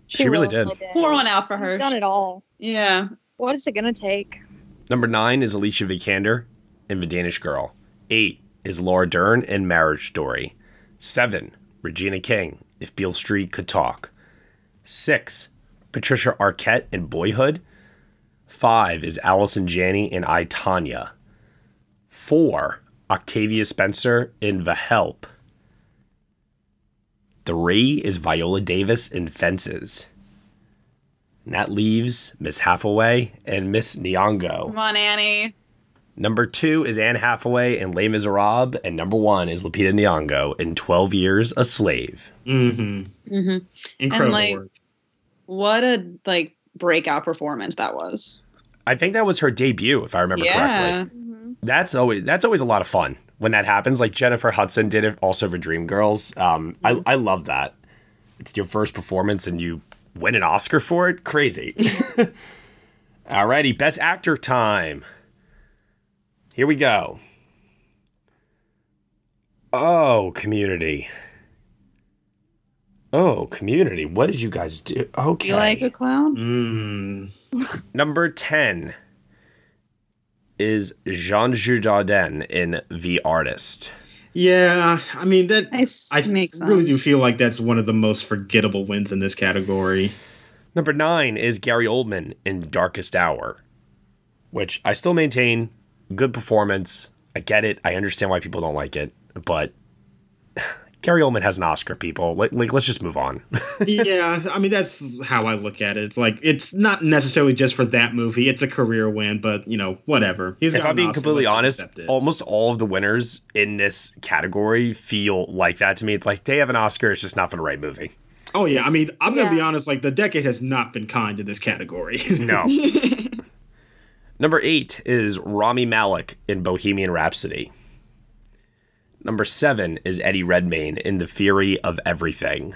Speaker 9: She really did.
Speaker 2: Pour one out for her.
Speaker 11: Done it all.
Speaker 2: Yeah.
Speaker 11: What is it going to take?
Speaker 9: Number nine is Alicia Vikander in The Danish Girl. Eight is Laura Dern in Marriage Story. Seven, Regina King, If Beale Street Could Talk. Six, Patricia Arquette in Boyhood. Five is Allison Janney in I, Tanya. Four, Octavia Spencer in The Help. Three is Viola Davis in Fences. And that leaves Miss Hathaway and Miss Nyong'o.
Speaker 2: Come on, Annie.
Speaker 9: Number two is Anne Hathaway in Les Miserables, and number one is Lupita Nyong'o in Twelve Years a Slave.
Speaker 10: Mm-hmm.
Speaker 2: hmm
Speaker 9: Incredible
Speaker 2: and like,
Speaker 9: work.
Speaker 2: what a like breakout performance that was.
Speaker 9: I think that was her debut, if I remember
Speaker 2: yeah.
Speaker 9: correctly. That's always that's always a lot of fun when that happens. Like Jennifer Hudson did it also for Dreamgirls. Um,
Speaker 2: Mm-hmm.
Speaker 9: I I love that. It's your first performance and you win an Oscar for it. Crazy. Alrighty, best actor time. Here we go. Oh, community. Oh, community. What did you guys do? Okay.
Speaker 2: You like a clown?
Speaker 10: Mm-hmm.
Speaker 9: Number 10 is Jean Dardenne in The Artist.
Speaker 10: Yeah, I mean that I
Speaker 2: makes
Speaker 10: really do
Speaker 9: sense.
Speaker 10: feel like that's one of the most forgettable wins in this category.
Speaker 9: Number 9 is Gary Oldman in Darkest Hour, which I still maintain good performance. I get it. I understand why people don't like it, but Gary Oldman has an Oscar, people. Like, like let's just move on.
Speaker 10: yeah, I mean that's how I look at it. It's like it's not necessarily just for that movie. It's a career win, but you know, whatever. He's
Speaker 9: if I'm
Speaker 10: got an
Speaker 9: being
Speaker 10: Oscar,
Speaker 9: completely
Speaker 10: let's just
Speaker 9: honest,
Speaker 10: accept it.
Speaker 9: almost all of the winners in this category feel like that to me. It's like they have an Oscar, it's just not for the right movie.
Speaker 10: Oh yeah, I mean, I'm gonna
Speaker 11: Yeah.
Speaker 10: be honest. Like the decade has not been kind to this category.
Speaker 9: No. Number eight is Rami Malik in Bohemian Rhapsody. Number seven is Eddie Redmayne in The Fury of Everything.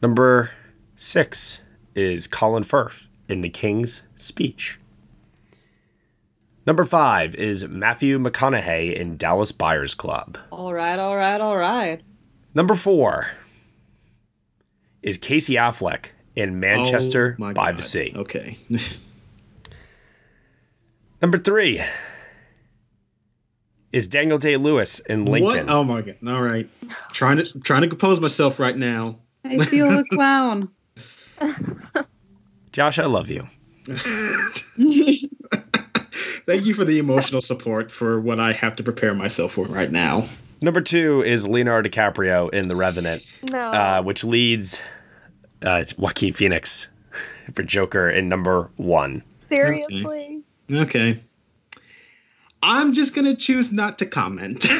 Speaker 9: Number six is Colin Firth in The King's Speech. Number five is Matthew McConaughey in Dallas Buyers Club.
Speaker 2: All right, all right, all right.
Speaker 9: Number four is Casey Affleck in Manchester
Speaker 10: Oh my
Speaker 9: by the
Speaker 10: God.
Speaker 9: Sea.
Speaker 10: Okay.
Speaker 9: Number three is Daniel Day Lewis in Lincoln.
Speaker 10: What? Oh my god! All right, trying to trying to compose myself right now.
Speaker 2: I feel a clown.
Speaker 9: Josh, I love you.
Speaker 10: Thank you for the emotional support for what I have to prepare myself for right now.
Speaker 9: Number two is Leonardo DiCaprio in The Revenant,
Speaker 11: No.
Speaker 9: uh, which leads uh, Joaquin Phoenix for Joker in number one.
Speaker 11: Seriously?
Speaker 10: Okay. I'm just gonna choose not to comment.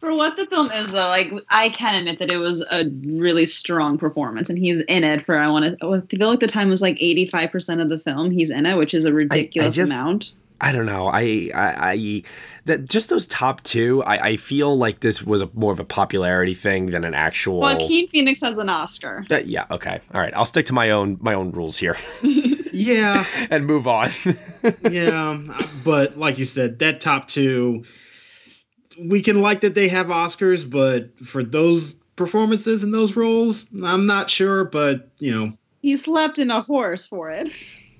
Speaker 2: For what the film is, though, like I can admit that it was a really strong performance, and he's in it for I want to. I feel like the time was like eighty five percent of the film he's in it, which is a ridiculous
Speaker 9: just-
Speaker 2: amount.
Speaker 9: I don't know. I, I, I that just those top two. I, I feel like this was a, more of a popularity thing than an actual.
Speaker 2: Joaquin Phoenix has an Oscar.
Speaker 9: That- yeah. Okay. All right. I'll stick to my own my own rules here
Speaker 10: yeah,
Speaker 9: and move on.
Speaker 10: yeah, but like you said, that top two, we can like that they have Oscars, but for those performances and those roles, I'm not sure. But you know,
Speaker 2: He slept in a horse for it.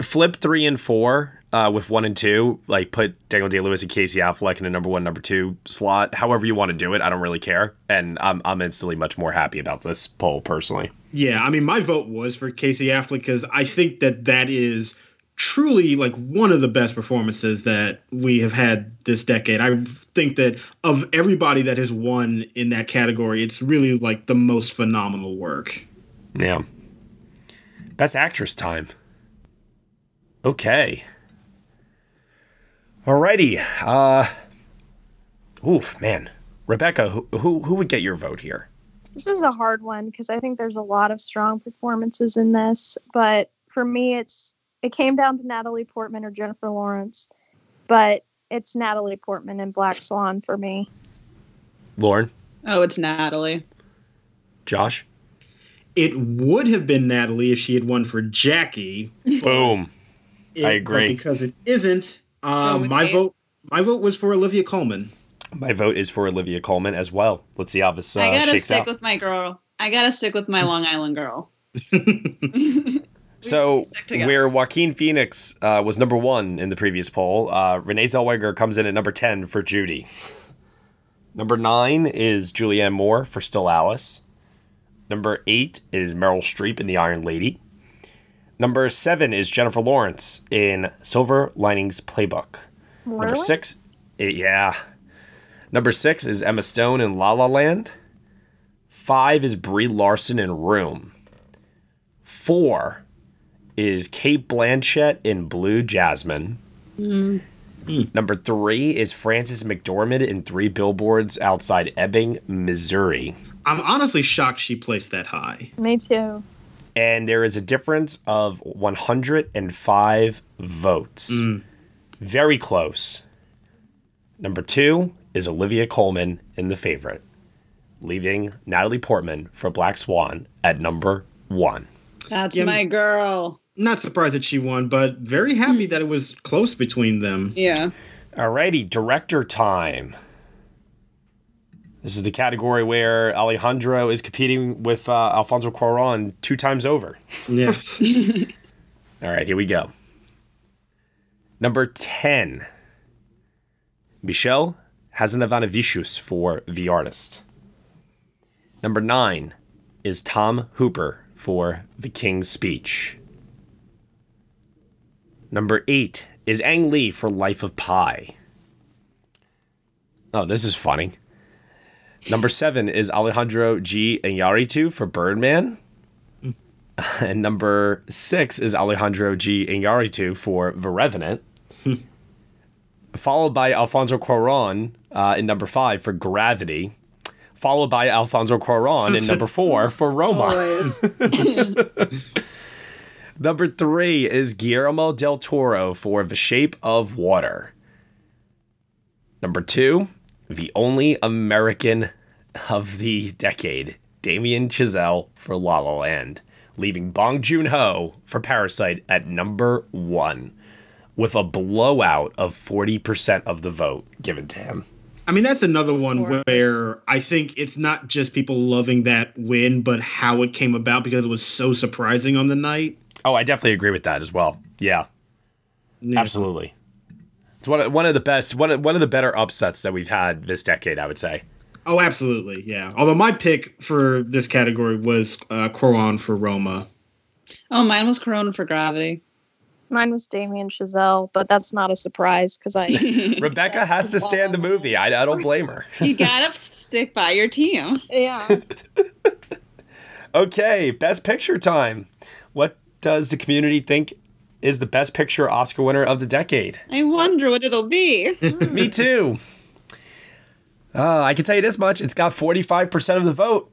Speaker 9: Flip three and four uh, with one and two. Like put Daniel Day Lewis and Casey Affleck in a number one, number two slot. However you want to do it. I don't really care. And I'm I'm instantly much more happy about this poll personally.
Speaker 10: Yeah, I mean, my vote was for Casey Affleck because I think that that is truly like one of the best performances that we have had this decade. I think that of everybody that has won in that category, it's really like the most phenomenal work.
Speaker 9: Yeah. Best actress time. Okay. Alrighty. Uh Oof, man. Rebecca, who who, who would get your vote here?
Speaker 11: This is a hard one because I think there's a lot of strong performances in this, but for me, it's it came down to Natalie Portman or Jennifer Lawrence, but it's Natalie Portman in Black Swan for me.
Speaker 9: Lauren?
Speaker 2: Oh, it's Natalie.
Speaker 9: Josh?
Speaker 10: It would have been Natalie if she had won for Jackie.
Speaker 9: Boom.
Speaker 10: It-
Speaker 9: I
Speaker 10: but
Speaker 9: agree.
Speaker 10: because it isn't. Uh,
Speaker 2: Oh,
Speaker 10: my
Speaker 2: okay.
Speaker 10: vote. My vote was for Olivia Colman.
Speaker 9: My vote is for Olivia Coleman as well. Let's see how this uh,
Speaker 2: I gotta
Speaker 9: shakes
Speaker 2: stick
Speaker 9: out.
Speaker 2: with my girl. I gotta stick with my Long Island girl.
Speaker 9: so,
Speaker 2: together.
Speaker 9: where Joaquin Phoenix uh, was number one in the previous poll, uh, Renee Zellweger comes in at number 10 for Judy. Number nine is Julianne Moore for Still Alice. Number eight is Meryl Streep in The Iron Lady. Number seven is Jennifer Lawrence in Silver Linings Playbook. Number
Speaker 11: Really?
Speaker 9: six, eh, yeah. Number six is Emma Stone in La La Land. Five is Brie Larson in Room. Four is Kate Blanchett in Blue Jasmine. Number three is Frances McDormand in Three Billboards Outside Ebbing, Missouri.
Speaker 10: I'm honestly shocked she placed that high.
Speaker 11: Me too.
Speaker 9: And there is a difference of 105 votes. Very close. Number two is Olivia Coleman in The Favorite, leaving Natalie Portman for Black Swan at number one.
Speaker 2: That's
Speaker 10: Yeah.
Speaker 2: my girl.
Speaker 10: Not surprised that she won, but very happy that it was close between them.
Speaker 2: Yeah.
Speaker 9: Alrighty, director time. This is the category where Alejandro is competing with uh, Alfonso Cuaron two times over.
Speaker 10: Yes.
Speaker 9: All right, here we go. Number 10, Michelle Hazanavicius for The Artist. Number 9 is Tom Hooper for The King's Speech. Number 8 is Ang Lee for Life of Pi. Oh, this is funny. Number 7 is Alejandro G. Iñárritu for Birdman. And number six is Alejandro G. Iñárritu for The Revenant, followed by Alfonso Cuaron uh, in number five for Gravity, followed by Alfonso Cuaron in number four for Roma.
Speaker 2: Boys.
Speaker 9: number three is Guillermo del Toro for The Shape of Water. Number two, the only American of the decade, Damien Chazelle for La La Land, leaving Bong Joon Ho for Parasite at number one, with a blowout of 40% of the vote given to him.
Speaker 10: I mean, that's another one where I think it's not just people loving that win, but how it came about because it was so surprising on the night.
Speaker 9: Oh, I definitely agree with that as well. Yeah, absolutely. It's one of, one of the best, one of, one of the better upsets that we've had this decade, I would say.
Speaker 10: Oh, absolutely. Yeah. Although my pick for this category was uh, Quran for Roma.
Speaker 2: Oh, mine was Corona for Gravity.
Speaker 11: Mine was Damien Chazelle, but that's not a surprise because I
Speaker 9: Rebecca has to stand the movie. I, I don't blame her.
Speaker 2: You gotta stick by your team.
Speaker 11: Yeah.
Speaker 9: Okay, best picture time. What does the community think is the best picture Oscar winner of the decade?
Speaker 2: I wonder what it'll be.
Speaker 9: Me too. Uh, I can tell you this much it's got 45% of the vote.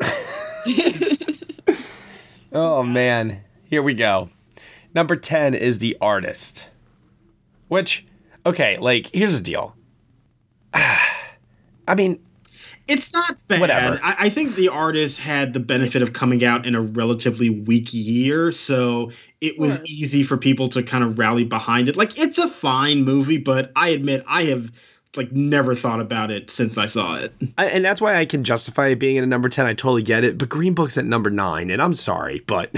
Speaker 9: oh, man. Here we go. Number 10 is The Artist, which, okay, like, here's the deal. I mean,
Speaker 10: it's not bad.
Speaker 9: Whatever.
Speaker 10: I, I think the artist had the benefit of coming out in a relatively weak year, so it was easy for people to kind of rally behind it. Like it's a fine movie, but I admit I have like never thought about it since I saw it.
Speaker 9: I, and that's why I can justify it being in a number 10. I totally get it. But Green Book's at number nine, and I'm sorry, but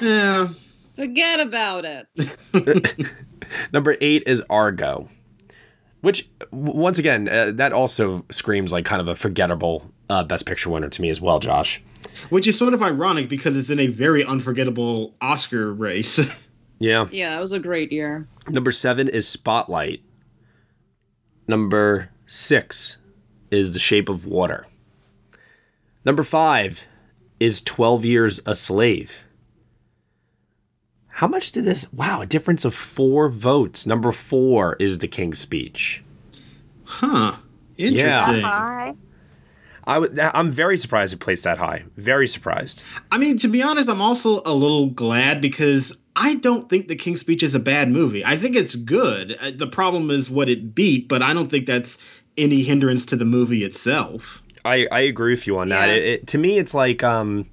Speaker 10: Yeah.
Speaker 2: Forget about it.
Speaker 9: number eight is Argo, which, w- once again, uh, that also screams like kind of a forgettable uh, Best Picture winner to me as well, Josh.
Speaker 10: Which is sort of ironic because it's in a very unforgettable Oscar race.
Speaker 9: Yeah.
Speaker 2: Yeah, it was a great year.
Speaker 9: Number seven is Spotlight. Number six is The Shape of Water. Number five is 12 Years a Slave. How much did this? Wow, a difference of four votes. Number four is The King's Speech.
Speaker 10: Huh.
Speaker 9: Yeah.
Speaker 10: Interesting.
Speaker 11: Hi.
Speaker 9: I would, I'm very surprised it placed that high. Very surprised.
Speaker 10: I mean, to be honest, I'm also a little glad because I don't think The King's Speech is a bad movie. I think it's good. Uh, The problem is what it beat, but I don't think that's any hindrance to the movie itself.
Speaker 9: I, I agree with you on that.
Speaker 2: Yeah.
Speaker 9: It, it, to me, it's like um,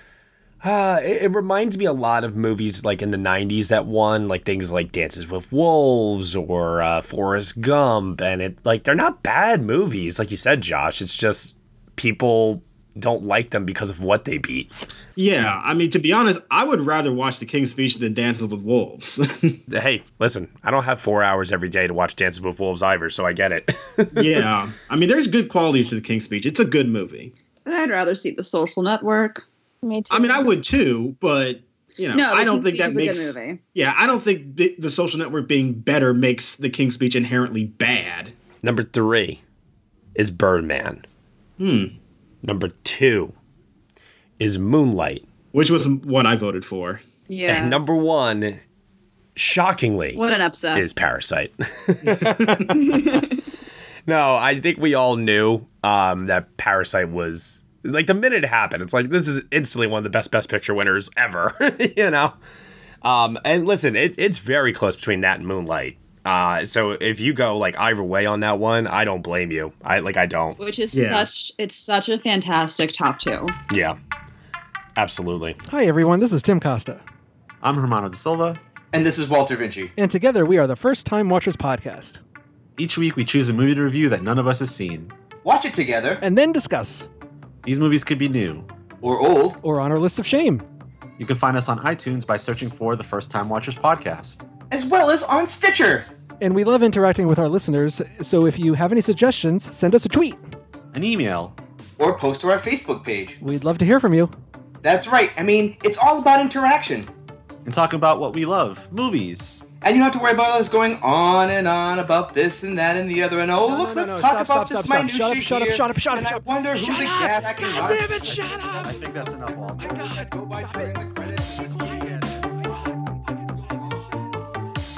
Speaker 9: uh, it, it reminds me a lot of movies like in the '90s that won, like things like Dances with Wolves or uh, Forrest Gump, and it like they're not bad movies, like you said, Josh. It's just people don't like them because of what they beat.
Speaker 10: Yeah, I mean, to be honest, I would rather watch The King's Speech than Dances with Wolves.
Speaker 9: Hey, listen, I don't have four hours every day to watch Dances with Wolves either, so I get it.
Speaker 10: yeah, I mean, there's good qualities to The King's Speech. It's a good movie.
Speaker 2: But I'd rather see The Social Network.
Speaker 11: Me too.
Speaker 10: I mean, I would too, but you know,
Speaker 2: No,
Speaker 10: I
Speaker 2: The
Speaker 10: don't think
Speaker 2: King's
Speaker 10: that
Speaker 2: Speech
Speaker 10: makes.
Speaker 2: is a good movie.
Speaker 10: Yeah, I don't think the, the Social Network being better makes The King's Speech inherently bad.
Speaker 9: Number three is Birdman.
Speaker 10: Hmm.
Speaker 9: Number two is Moonlight.
Speaker 10: Which was what I voted for.
Speaker 2: Yeah.
Speaker 9: And number one, shockingly,
Speaker 2: what an upset.
Speaker 9: is Parasite. no, I think we all knew um, that Parasite was like the minute it happened, it's like this is instantly one of the best Best Picture winners ever. you know. Um, and listen, it, it's very close between that and Moonlight. Uh, so if you go like either way on that one, I don't blame you. I like I don't.
Speaker 2: Which is
Speaker 10: Yeah.
Speaker 2: such it's such a fantastic top two.
Speaker 9: Yeah, absolutely.
Speaker 3: Hi, everyone. This is Tim Costa.
Speaker 13: I'm Hermano da Silva. And this is Walter Vinci.
Speaker 3: And together, we are the First Time Watchers podcast.
Speaker 13: Each week, we choose a movie to review that none of us has seen. Watch it together.
Speaker 3: And then discuss.
Speaker 13: These movies could be new or old.
Speaker 3: Or on our list of shame.
Speaker 13: You can find us on iTunes by searching for the First Time Watchers podcast.
Speaker 3: As well as on Stitcher. And we love interacting with our listeners, so if you have any suggestions, send us a tweet.
Speaker 13: An email. Or post to our Facebook page.
Speaker 3: We'd love to hear from you.
Speaker 13: That's right. I mean, it's all about interaction. And talk about what we love movies. And you don't have to worry about us going on and on about this and that and the other and oh,
Speaker 3: look, no, let's no, talk stop, about stop, this stop, stop. minutia Shut up, shut up, here, shut up, shut up, and I shut up. wonder who Shut the up. cat I can God rob." damn it, shut
Speaker 13: up! I think that's enough. Walter.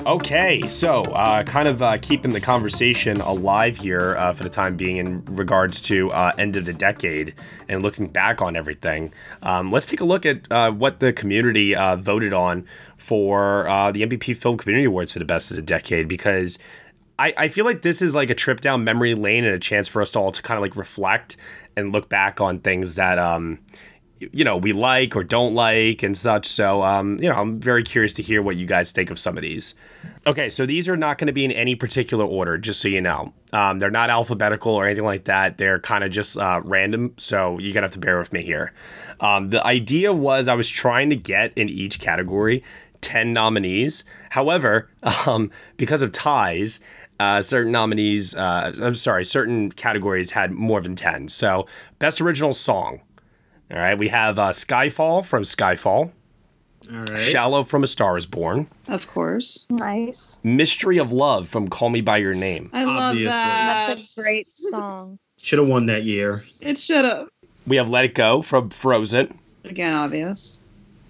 Speaker 9: Okay, so uh, kind of uh, keeping the conversation alive here uh, for the time being in regards to uh, end of the decade and looking back on everything. Um, let's take a look at uh, what the community uh, voted on for uh, the MVP Film Community Awards for the best of the decade because I, I feel like this is like a trip down memory lane and a chance for us all to kind of like reflect and look back on things that um y- you know we like or don't like and such. So um you know I'm very curious to hear what you guys think of some of these. Okay, so these are not going to be in any particular order, just so you know. Um, they're not alphabetical or anything like that. They're kind of just uh, random, so you're gonna have to bear with me here. Um, the idea was I was trying to get in each category 10 nominees. However, um, because of ties, uh, certain nominees, uh, I'm sorry, certain categories had more than 10. So, best original song. All right, we have uh, Skyfall from Skyfall,
Speaker 10: All right.
Speaker 9: Shallow from A Star is Born,
Speaker 2: Of course.
Speaker 11: Nice.
Speaker 9: Mystery of Love from Call Me By Your Name.
Speaker 2: I love
Speaker 9: Obviously.
Speaker 2: that.
Speaker 11: That's a great song.
Speaker 9: Should have won that year.
Speaker 2: It should have.
Speaker 9: We have Let It Go from Frozen,
Speaker 2: Again, obvious.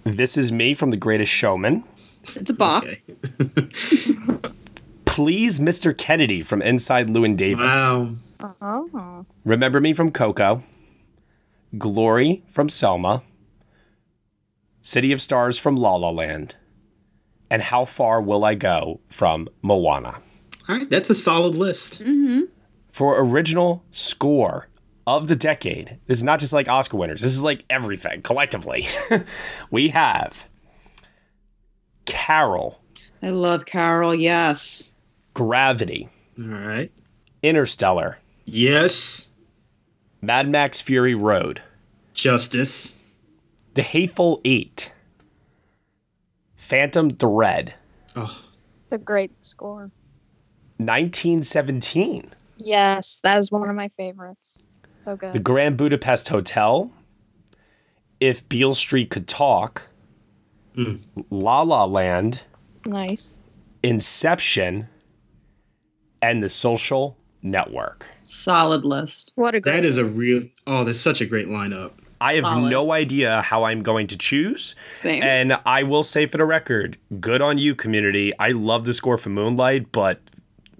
Speaker 9: This Is Me from The Greatest Showman,
Speaker 2: It's a bop.
Speaker 9: Please Mr. Kennedy from Inside Lewin Davis.
Speaker 10: Wow.
Speaker 11: Oh.
Speaker 9: Remember Me from Coco, Glory from Selma, City of Stars from La La Land, and How Far Will I Go from Moana.
Speaker 10: All right, that's a solid list.
Speaker 2: Mm-hmm.
Speaker 9: For original score of the decade, this is not just like Oscar winners, this is like everything collectively. we have Carol,
Speaker 2: I love Carol. Yes.
Speaker 9: Gravity.
Speaker 10: All right.
Speaker 9: Interstellar.
Speaker 10: Yes.
Speaker 9: Mad Max Fury Road.
Speaker 10: Justice.
Speaker 9: The Hateful Eight. Phantom Thread.
Speaker 10: Oh.
Speaker 11: It's a great score.
Speaker 9: 1917.
Speaker 11: Yes, that is one of my favorites. So good.
Speaker 9: The Grand Budapest Hotel. If Beale Street Could Talk. La La Land.
Speaker 11: nice.
Speaker 9: Inception. And The Social Network.
Speaker 2: Solid list.
Speaker 11: What a
Speaker 10: That is a real. Oh, that's such a great lineup.
Speaker 9: I have no idea how I'm going to choose.
Speaker 2: Same.
Speaker 9: And I will say for the record, good on you, community. I love the score for Moonlight, but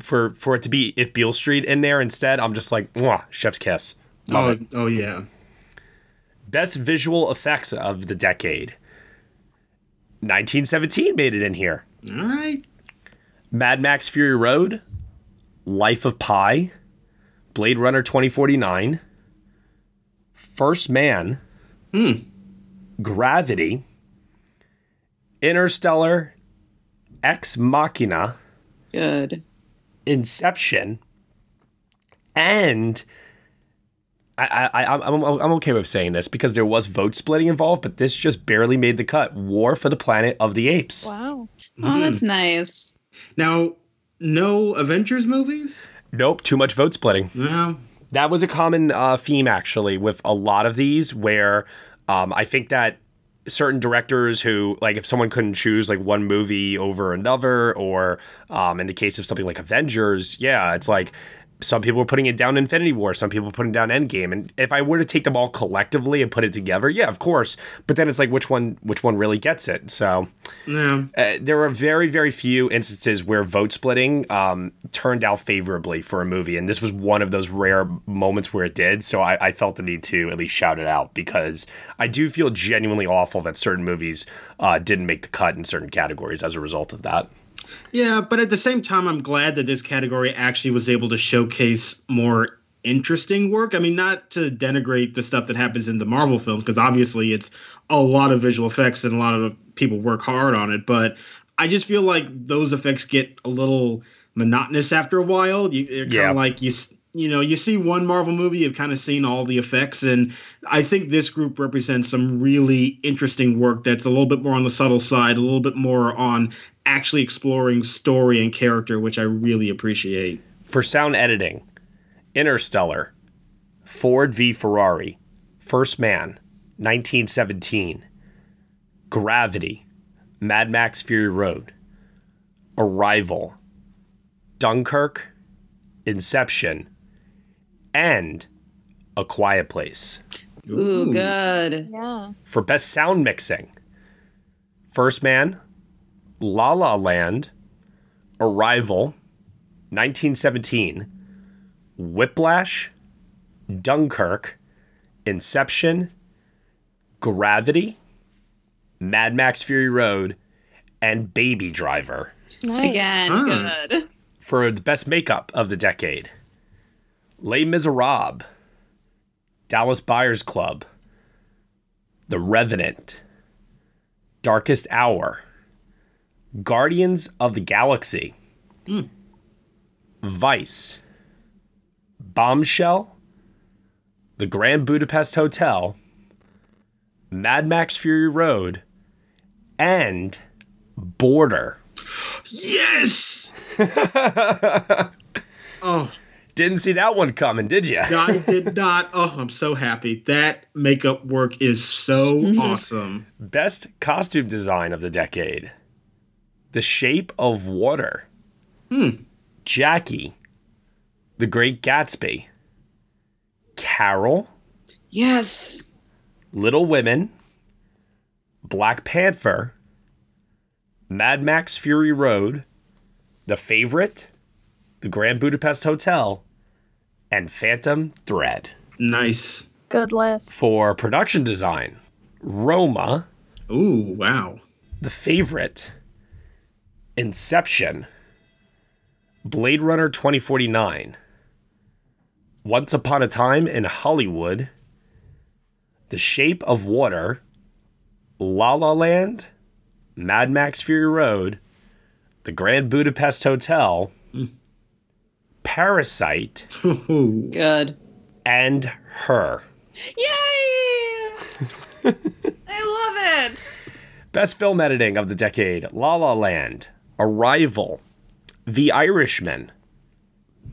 Speaker 9: for for it to be if Beale Street in there instead, I'm just like, mwah, chef's kiss. Love
Speaker 10: Oh,
Speaker 9: it.
Speaker 10: oh yeah.
Speaker 9: Best visual effects of the decade. 1917 made it in here.
Speaker 10: All right.
Speaker 9: Mad Max Fury Road, Life of Pi, Blade Runner 2049, First Man, Gravity, Interstellar, Ex Machina,
Speaker 2: Good.
Speaker 9: Inception, and I, I, I, I'm, I'm I'm okay with saying this because there was vote splitting involved, but this just barely made the cut. War for the Planet of the Apes.
Speaker 11: Wow.
Speaker 2: Oh, that's nice.
Speaker 10: Now, no Avengers movies?
Speaker 9: Nope, too much vote splitting. That was a common uh, theme, actually, with a lot of these, where um, I think that certain directors who, like, if someone couldn't choose, like, one movie over another, or um, in the case of something like Avengers, yeah, it's like some people were putting it down Infinity War, some people putting down Endgame. And if I were to take them all collectively and put it together, yeah, of course. But then it's like, which one, which one really gets it? So.
Speaker 10: Yeah.
Speaker 9: Uh, there are very, very few instances where vote splitting um, turned out favorably for a movie, and this was one of those rare moments where it did. So I, I felt the need to at least shout it out because I do feel genuinely awful that certain movies uh, didn't make the cut in certain categories as a result of that.
Speaker 10: Yeah, but at the same time, I'm glad that this category actually was able to showcase more interesting work. I mean, not to denigrate the stuff that happens in the Marvel films, because obviously it's a lot of visual effects and a lot of people work hard on it, but I just feel like those effects get a little monotonous after a while. You, they're kind of
Speaker 9: Yeah.
Speaker 10: like you. s- You know, you see one Marvel movie, you've kind of seen all the effects, and I think this group represents some really interesting work that's a little bit more on the subtle side, a little bit more on actually exploring story and character, which I really appreciate.
Speaker 9: For sound editing, Interstellar, Ford v Ferrari, First Man, 1917, Gravity, Mad Max Fury Road, Arrival, Dunkirk, Inception, and A Quiet Place.
Speaker 2: Ooh, good.
Speaker 11: Yeah.
Speaker 9: For best sound mixing, First Man, La La Land, Arrival, 1917, Whiplash, Dunkirk, Inception, Gravity, Mad Max Fury Road, and Baby Driver.
Speaker 2: Again,
Speaker 9: Huh.
Speaker 2: good.
Speaker 9: for the best makeup of the decade Les Miserables, Dallas Buyers Club, The Revenant, Darkest Hour, Guardians of the Galaxy, Vice, Bombshell, The Grand Budapest Hotel, Mad Max Fury Road, and Border.
Speaker 10: Yes! oh.
Speaker 9: Didn't see that one coming, did you?
Speaker 10: No, I did not. Oh, I'm so happy. That makeup work is so awesome.
Speaker 9: Best costume design of the decade. The Shape of Water.
Speaker 10: Hmm.
Speaker 9: Jackie. The Great Gatsby. Carol.
Speaker 2: Yes.
Speaker 9: Little Women. Black Panther. Mad Max Fury Road. The Favorite. The Grand Budapest Hotel. And Phantom Thread.
Speaker 10: Nice.
Speaker 11: Good list.
Speaker 9: For production design, Roma.
Speaker 10: Ooh, wow.
Speaker 9: The Favorite. Inception. Blade Runner 2049. Once Upon a Time in Hollywood. The Shape of Water. La La Land. Mad Max Fury Road. The Grand Budapest Hotel. Parasite.
Speaker 2: Good.
Speaker 9: And her.
Speaker 2: I love it.
Speaker 9: Best film editing of the decade La La Land, Arrival, The Irishman,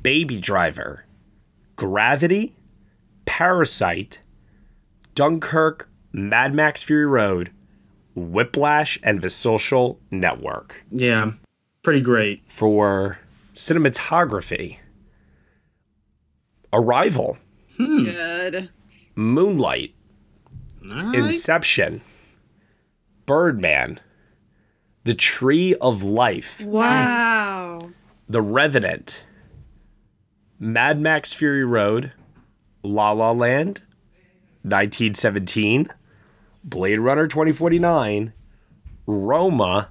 Speaker 9: Baby Driver, Gravity, Parasite, Dunkirk, Mad Max Fury Road, Whiplash, and The Social Network.
Speaker 10: Yeah. Pretty great.
Speaker 9: For cinematography, Arrival,
Speaker 2: Good.
Speaker 9: Moonlight,
Speaker 10: Alright.
Speaker 9: Inception, Birdman, The Tree of Life,
Speaker 2: Wow.
Speaker 9: The Revenant, Mad Max Fury Road, La La Land, 1917, Blade Runner 2049, Roma,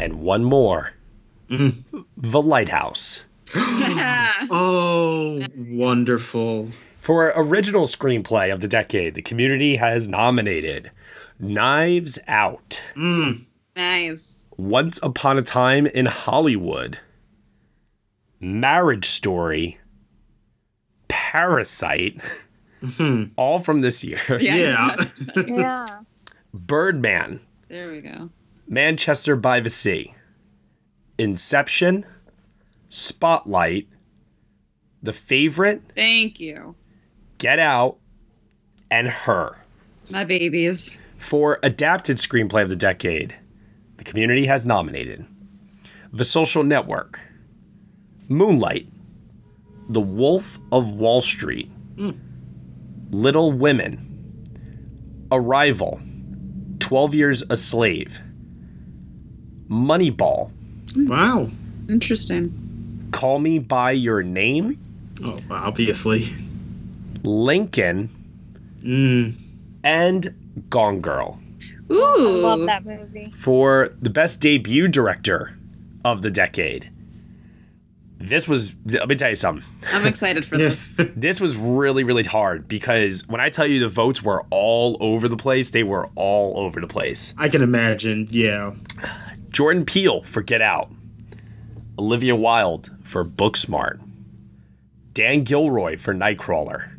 Speaker 9: and one more The Lighthouse.
Speaker 10: oh, wonderful.
Speaker 9: For original screenplay of the decade, the community has nominated Knives Out,
Speaker 2: Nice.
Speaker 9: Once Upon a Time in Hollywood, Marriage Story, Parasite, all from this year.
Speaker 11: yeah.
Speaker 9: Birdman,
Speaker 2: There we go.
Speaker 9: Manchester by the Sea, Inception, Spotlight, The Favorite,
Speaker 2: Thank you.
Speaker 9: Get Out, and Her.
Speaker 2: My babies.
Speaker 9: For adapted screenplay of the decade, the community has nominated The Social Network, Moonlight, The Wolf of Wall Street, Little Women, Arrival, 12 Years a Slave, Moneyball,
Speaker 10: Wow.
Speaker 2: Interesting.
Speaker 9: Call Me By Your Name,
Speaker 10: Oh, obviously.
Speaker 9: Lincoln,
Speaker 10: Mm,
Speaker 9: and Gone Girl.
Speaker 2: Ooh.
Speaker 11: Love that movie.
Speaker 9: for the best debut director of the decade. This was, let me tell you something.
Speaker 2: I'm excited for this.
Speaker 9: This was really, really hard because when I tell you the votes were all over the place, they were all over the place.
Speaker 10: I can imagine. Yeah.
Speaker 9: Jordan Peele for Get Out, Olivia Wilde for Booksmart, Dan Gilroy for Nightcrawler,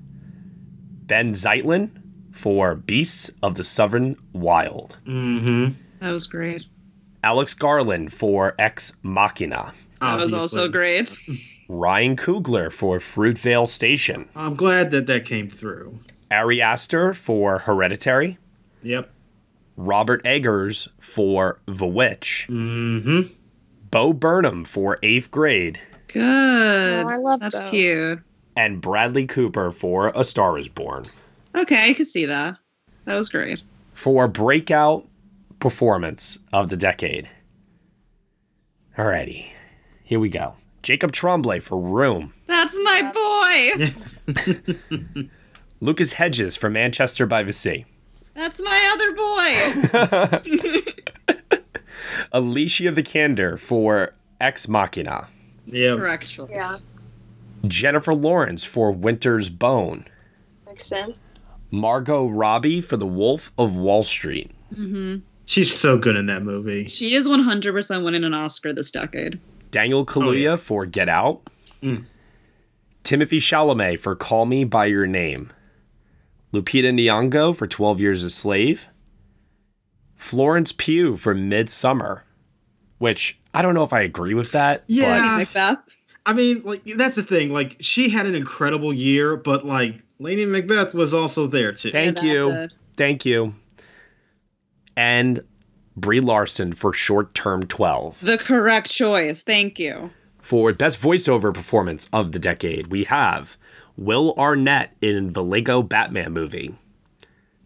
Speaker 9: Ben Zeitlin for Beasts of the Southern Wild.
Speaker 10: Mm-hmm.
Speaker 2: That was great.
Speaker 9: Alex Garland for Ex Machina.
Speaker 2: That was also great.
Speaker 9: Ryan Kugler for Fruitvale Station.
Speaker 10: I'm glad that that came through.
Speaker 9: Ari Aster for Hereditary.
Speaker 10: Yep.
Speaker 9: Robert Eggers for The Witch.
Speaker 10: Mm-hmm.
Speaker 9: Bo Burnham for Eighth Grade.
Speaker 2: Good.
Speaker 11: Oh, I love
Speaker 2: That's
Speaker 11: those.
Speaker 2: cute.
Speaker 9: And Bradley Cooper for A Star is Born.
Speaker 2: Okay, I could see that. That was great.
Speaker 9: For breakout performance of the decade. Alrighty. Here we go. Jacob Tremblay for Room.
Speaker 2: That's my boy.
Speaker 9: Lucas Hedges for Manchester by the Sea.
Speaker 2: That's my other boy.
Speaker 9: Alicia Vikander for Ex Machina.
Speaker 10: Yeah.
Speaker 2: Correct choice. Yeah.
Speaker 9: Jennifer Lawrence for Winter's Bone.
Speaker 11: Makes sense.
Speaker 9: Margot Robbie for The Wolf of Wall Street.
Speaker 2: hmm
Speaker 10: She's so good in that movie.
Speaker 2: She is 100% winning an Oscar this decade.
Speaker 9: Daniel Kaluuya for Get Out.
Speaker 10: Oh, Mm.
Speaker 9: Timothy Chalamet for Call Me by Your Name. Lupita Nyong'o for 12 Years a Slave. Florence Pugh for Midsummer, which I don't know if I agree with that.
Speaker 2: Ah.
Speaker 10: Yeah.
Speaker 9: but-
Speaker 2: Macbeth.
Speaker 10: I mean, like that's the thing. Like she had an incredible year, but like Lady Macbeth was also there too.
Speaker 9: Thank you. Thank you. And Brie Larson for Short Term 12.
Speaker 2: The correct choice. Thank you.
Speaker 9: For Best Voiceover Performance of the Decade, we have Will Arnett in the Lego Batman movie,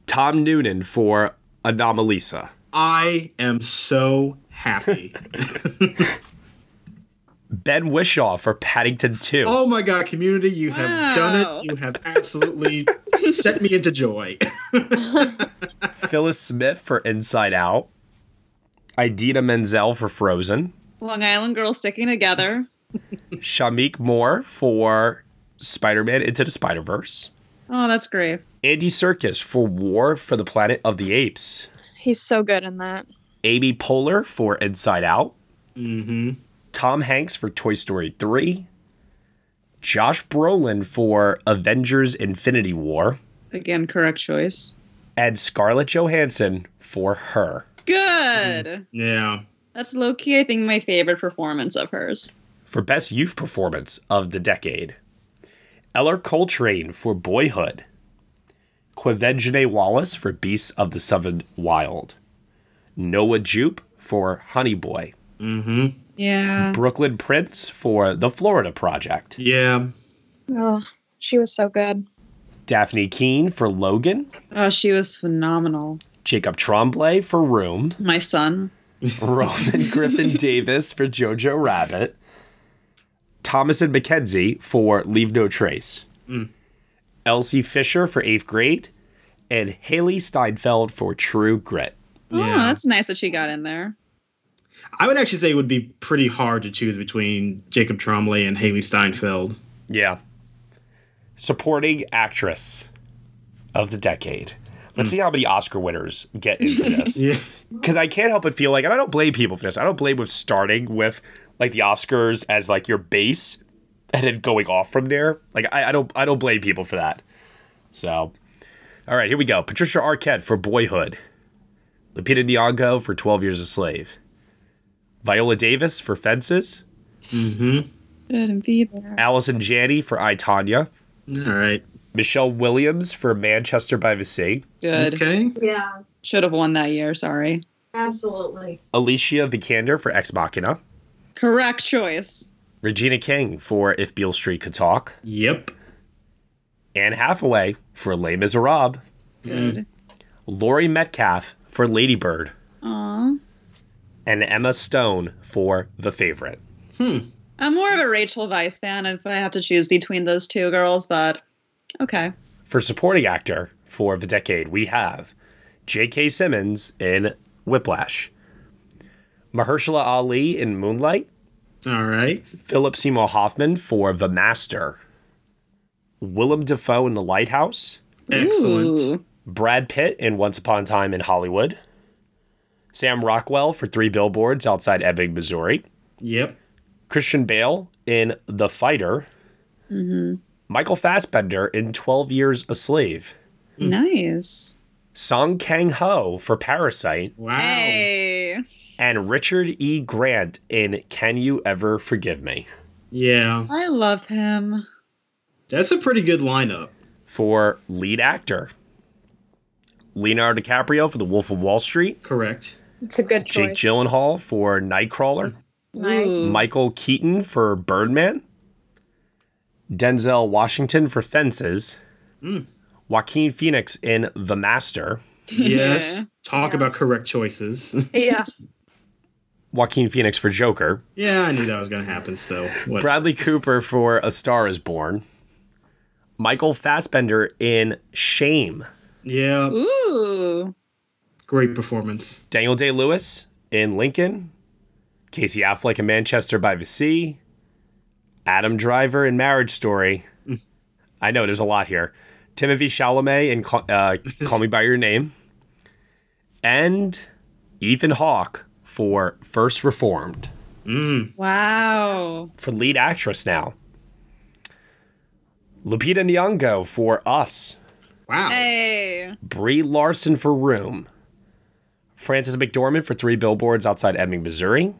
Speaker 9: Tom Noonan for Anomalisa,
Speaker 10: I am so happy.
Speaker 9: Ben Wishaw for Paddington 2.
Speaker 10: oh my god, community, you have done it. You have absolutely set me into joy.
Speaker 9: Phyllis Smith for Inside Out, Idina Menzel for Frozen,
Speaker 2: Long Island girls sticking together.
Speaker 9: Shamik Moore for Spider Man Into the Spider Verse,
Speaker 2: Oh, that's great.
Speaker 9: Andy Serkis for War for the Planet of the Apes,
Speaker 11: He's so good in that.
Speaker 9: Amy Poehler for Inside Out, Tom Hanks for Toy Story 3, Josh Brolin for Avengers Infinity War,
Speaker 2: Again, correct choice.
Speaker 9: and Scarlett Johansson for her.
Speaker 2: Good.
Speaker 9: Mm-hmm.
Speaker 10: Yeah.
Speaker 2: That's low key, I think, my favorite performance of hers.
Speaker 9: For Best Youth Performance of the Decade, Eller Coltrane for Boyhood, Quavenjane Wallace for Beasts of the Southern Wild, Noah Jupe for Honey Boy,
Speaker 10: Mm-hmm.
Speaker 2: Yeah.
Speaker 9: Brooklyn Prince for The Florida Project,
Speaker 10: Yeah.
Speaker 11: Oh, she was so good.
Speaker 9: Daphne Keene for Logan,
Speaker 2: Oh, she was phenomenal.
Speaker 9: Jacob Tremblay for Room,
Speaker 2: My son.
Speaker 9: Roman Griffin Davis for Jojo Rabbit, Thomas and Mackenzie for Leave No Trace,
Speaker 10: Mm.
Speaker 9: Elsie Fisher for Eighth Grade, and Haley Steinfeld for True Grit.
Speaker 2: Oh, that's nice that she got in there.
Speaker 10: I would actually say it would be pretty hard to choose between Jacob Tremblay and Haley Steinfeld.
Speaker 9: Yeah. Supporting actress of the decade. Let's see how many Oscar winners get into this. Because I can't help but feel like, and I don't blame people for this. I don't blame with starting with like the Oscars as like your base, and then going off from there. Like I, I don't, I don't blame people for that. So, all right, here we go. Patricia Arquette for Boyhood, Lupita Nyong'o for Twelve Years a Slave, Viola Davis for Fences,
Speaker 10: Mm-hmm.
Speaker 2: Good and be there.
Speaker 9: Allison Janney for I Tanya.
Speaker 10: All right.
Speaker 9: Michelle Williams for Manchester by the Sea.
Speaker 2: Good.
Speaker 10: Okay.
Speaker 11: Yeah,
Speaker 2: Should have won that year. Sorry.
Speaker 11: absolutely.
Speaker 9: Alicia Vikander for Ex Machina.
Speaker 2: Correct choice.
Speaker 9: Regina King for If Beale Street Could Talk.
Speaker 10: Yep.
Speaker 9: Anne Hathaway for Les Miserables. Mm-hmm.
Speaker 2: Good.
Speaker 9: Laurie Metcalf for Lady Bird.
Speaker 2: Aw.
Speaker 9: And Emma Stone for The Favorite.
Speaker 2: I'm more of a Rachel Weisz fan if I have to choose between those two girls, but okay.
Speaker 9: For supporting actor for the decade, we have J.K. Simmons in Whiplash, Mahershala Ali in Moonlight,
Speaker 10: All right.
Speaker 9: Philip Seymour Hoffman for The Master, Willem Dafoe in The Lighthouse,
Speaker 10: Excellent.
Speaker 9: Brad Pitt in Once Upon a Time in Hollywood, Sam Rockwell for Three Billboards Outside Ebbing, Missouri,
Speaker 10: Yep.
Speaker 9: Christian Bale in The Fighter, Michael Fassbender in 12 Years a Slave,
Speaker 10: Hmm.
Speaker 2: Nice.
Speaker 9: Song Kang Ho for Parasite,
Speaker 10: Wow.
Speaker 2: Hey.
Speaker 9: and Richard E. Grant in Can You Ever Forgive Me?
Speaker 10: Yeah.
Speaker 2: I love him.
Speaker 10: That's a pretty good lineup.
Speaker 9: for lead actor. Leonardo DiCaprio for The Wolf of Wall Street,
Speaker 10: Correct.
Speaker 11: It's a good
Speaker 9: Jake
Speaker 11: choice.
Speaker 9: Gyllenhaal for Nightcrawler,
Speaker 2: Mm-hmm.
Speaker 11: Nice.
Speaker 9: Michael Keaton for Birdman, Denzel Washington for Fences,
Speaker 10: Mm.
Speaker 9: Joaquin Phoenix in The Master.
Speaker 10: Yes. Talk about correct choices.
Speaker 11: Yeah.
Speaker 9: Joaquin Phoenix for Joker,
Speaker 10: yeah, I knew that was going to happen. So, what?
Speaker 9: Bradley Cooper for A Star Is Born, Michael Fassbender in Shame,
Speaker 10: yeah.
Speaker 2: Ooh.
Speaker 10: Great performance.
Speaker 9: Daniel Day Lewis in Lincoln, Casey Affleck in Manchester by the Sea, Adam Driver in Marriage Story. I know there's a lot here. Timothy Chalamet in Ca- uh, Call Me by Your Name, and Ethan Hawke for First Reformed
Speaker 2: Wow.
Speaker 9: for lead actress now. Lupita Nyong'o for Us.
Speaker 10: Wow.
Speaker 2: Hey.
Speaker 9: Brie Larson for Room. Frances McDormand for Three Billboards Outside Ebbing, Missouri.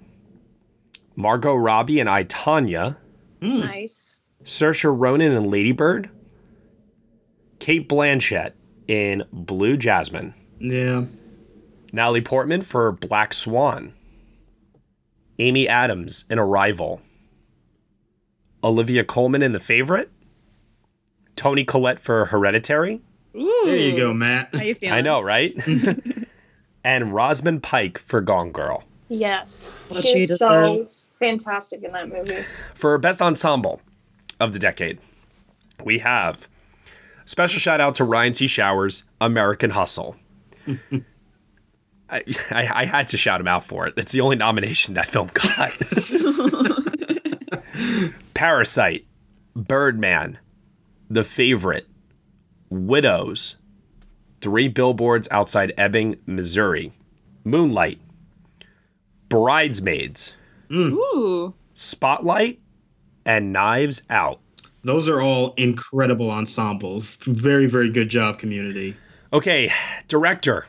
Speaker 9: Margot Robbie and I, Tanya.
Speaker 10: Hmm.
Speaker 11: Nice.
Speaker 9: Saoirse Ronan and Ladybird. Kate Blanchett in Blue Jasmine.
Speaker 10: Yeah.
Speaker 9: Natalie Portman for Black Swan. Amy Adams in Arrival. Olivia Colman in The Favorite. Tony Collette for Hereditary.
Speaker 10: There you go, Matt.
Speaker 9: I know, right? and Rosamund Pike for Gone Girl.
Speaker 11: Yes.
Speaker 2: Well,
Speaker 11: she
Speaker 2: she
Speaker 11: was so
Speaker 2: deserves-
Speaker 11: fantastic in that movie.
Speaker 9: For Best Ensemble of the Decade, we have special shout out to Ryan C. Showers, American Hustle. I, I, I had to shout him out for it. It's the only nomination that film got. Parasite, Birdman, The Favorite, Widows, Three Billboards Outside Ebbing, Missouri, Moonlight, Bridesmaids,
Speaker 2: Ooh.
Speaker 9: Spotlight, and Knives Out.
Speaker 10: Those are all incredible ensembles. Very, very good job, community.
Speaker 9: Okay, director.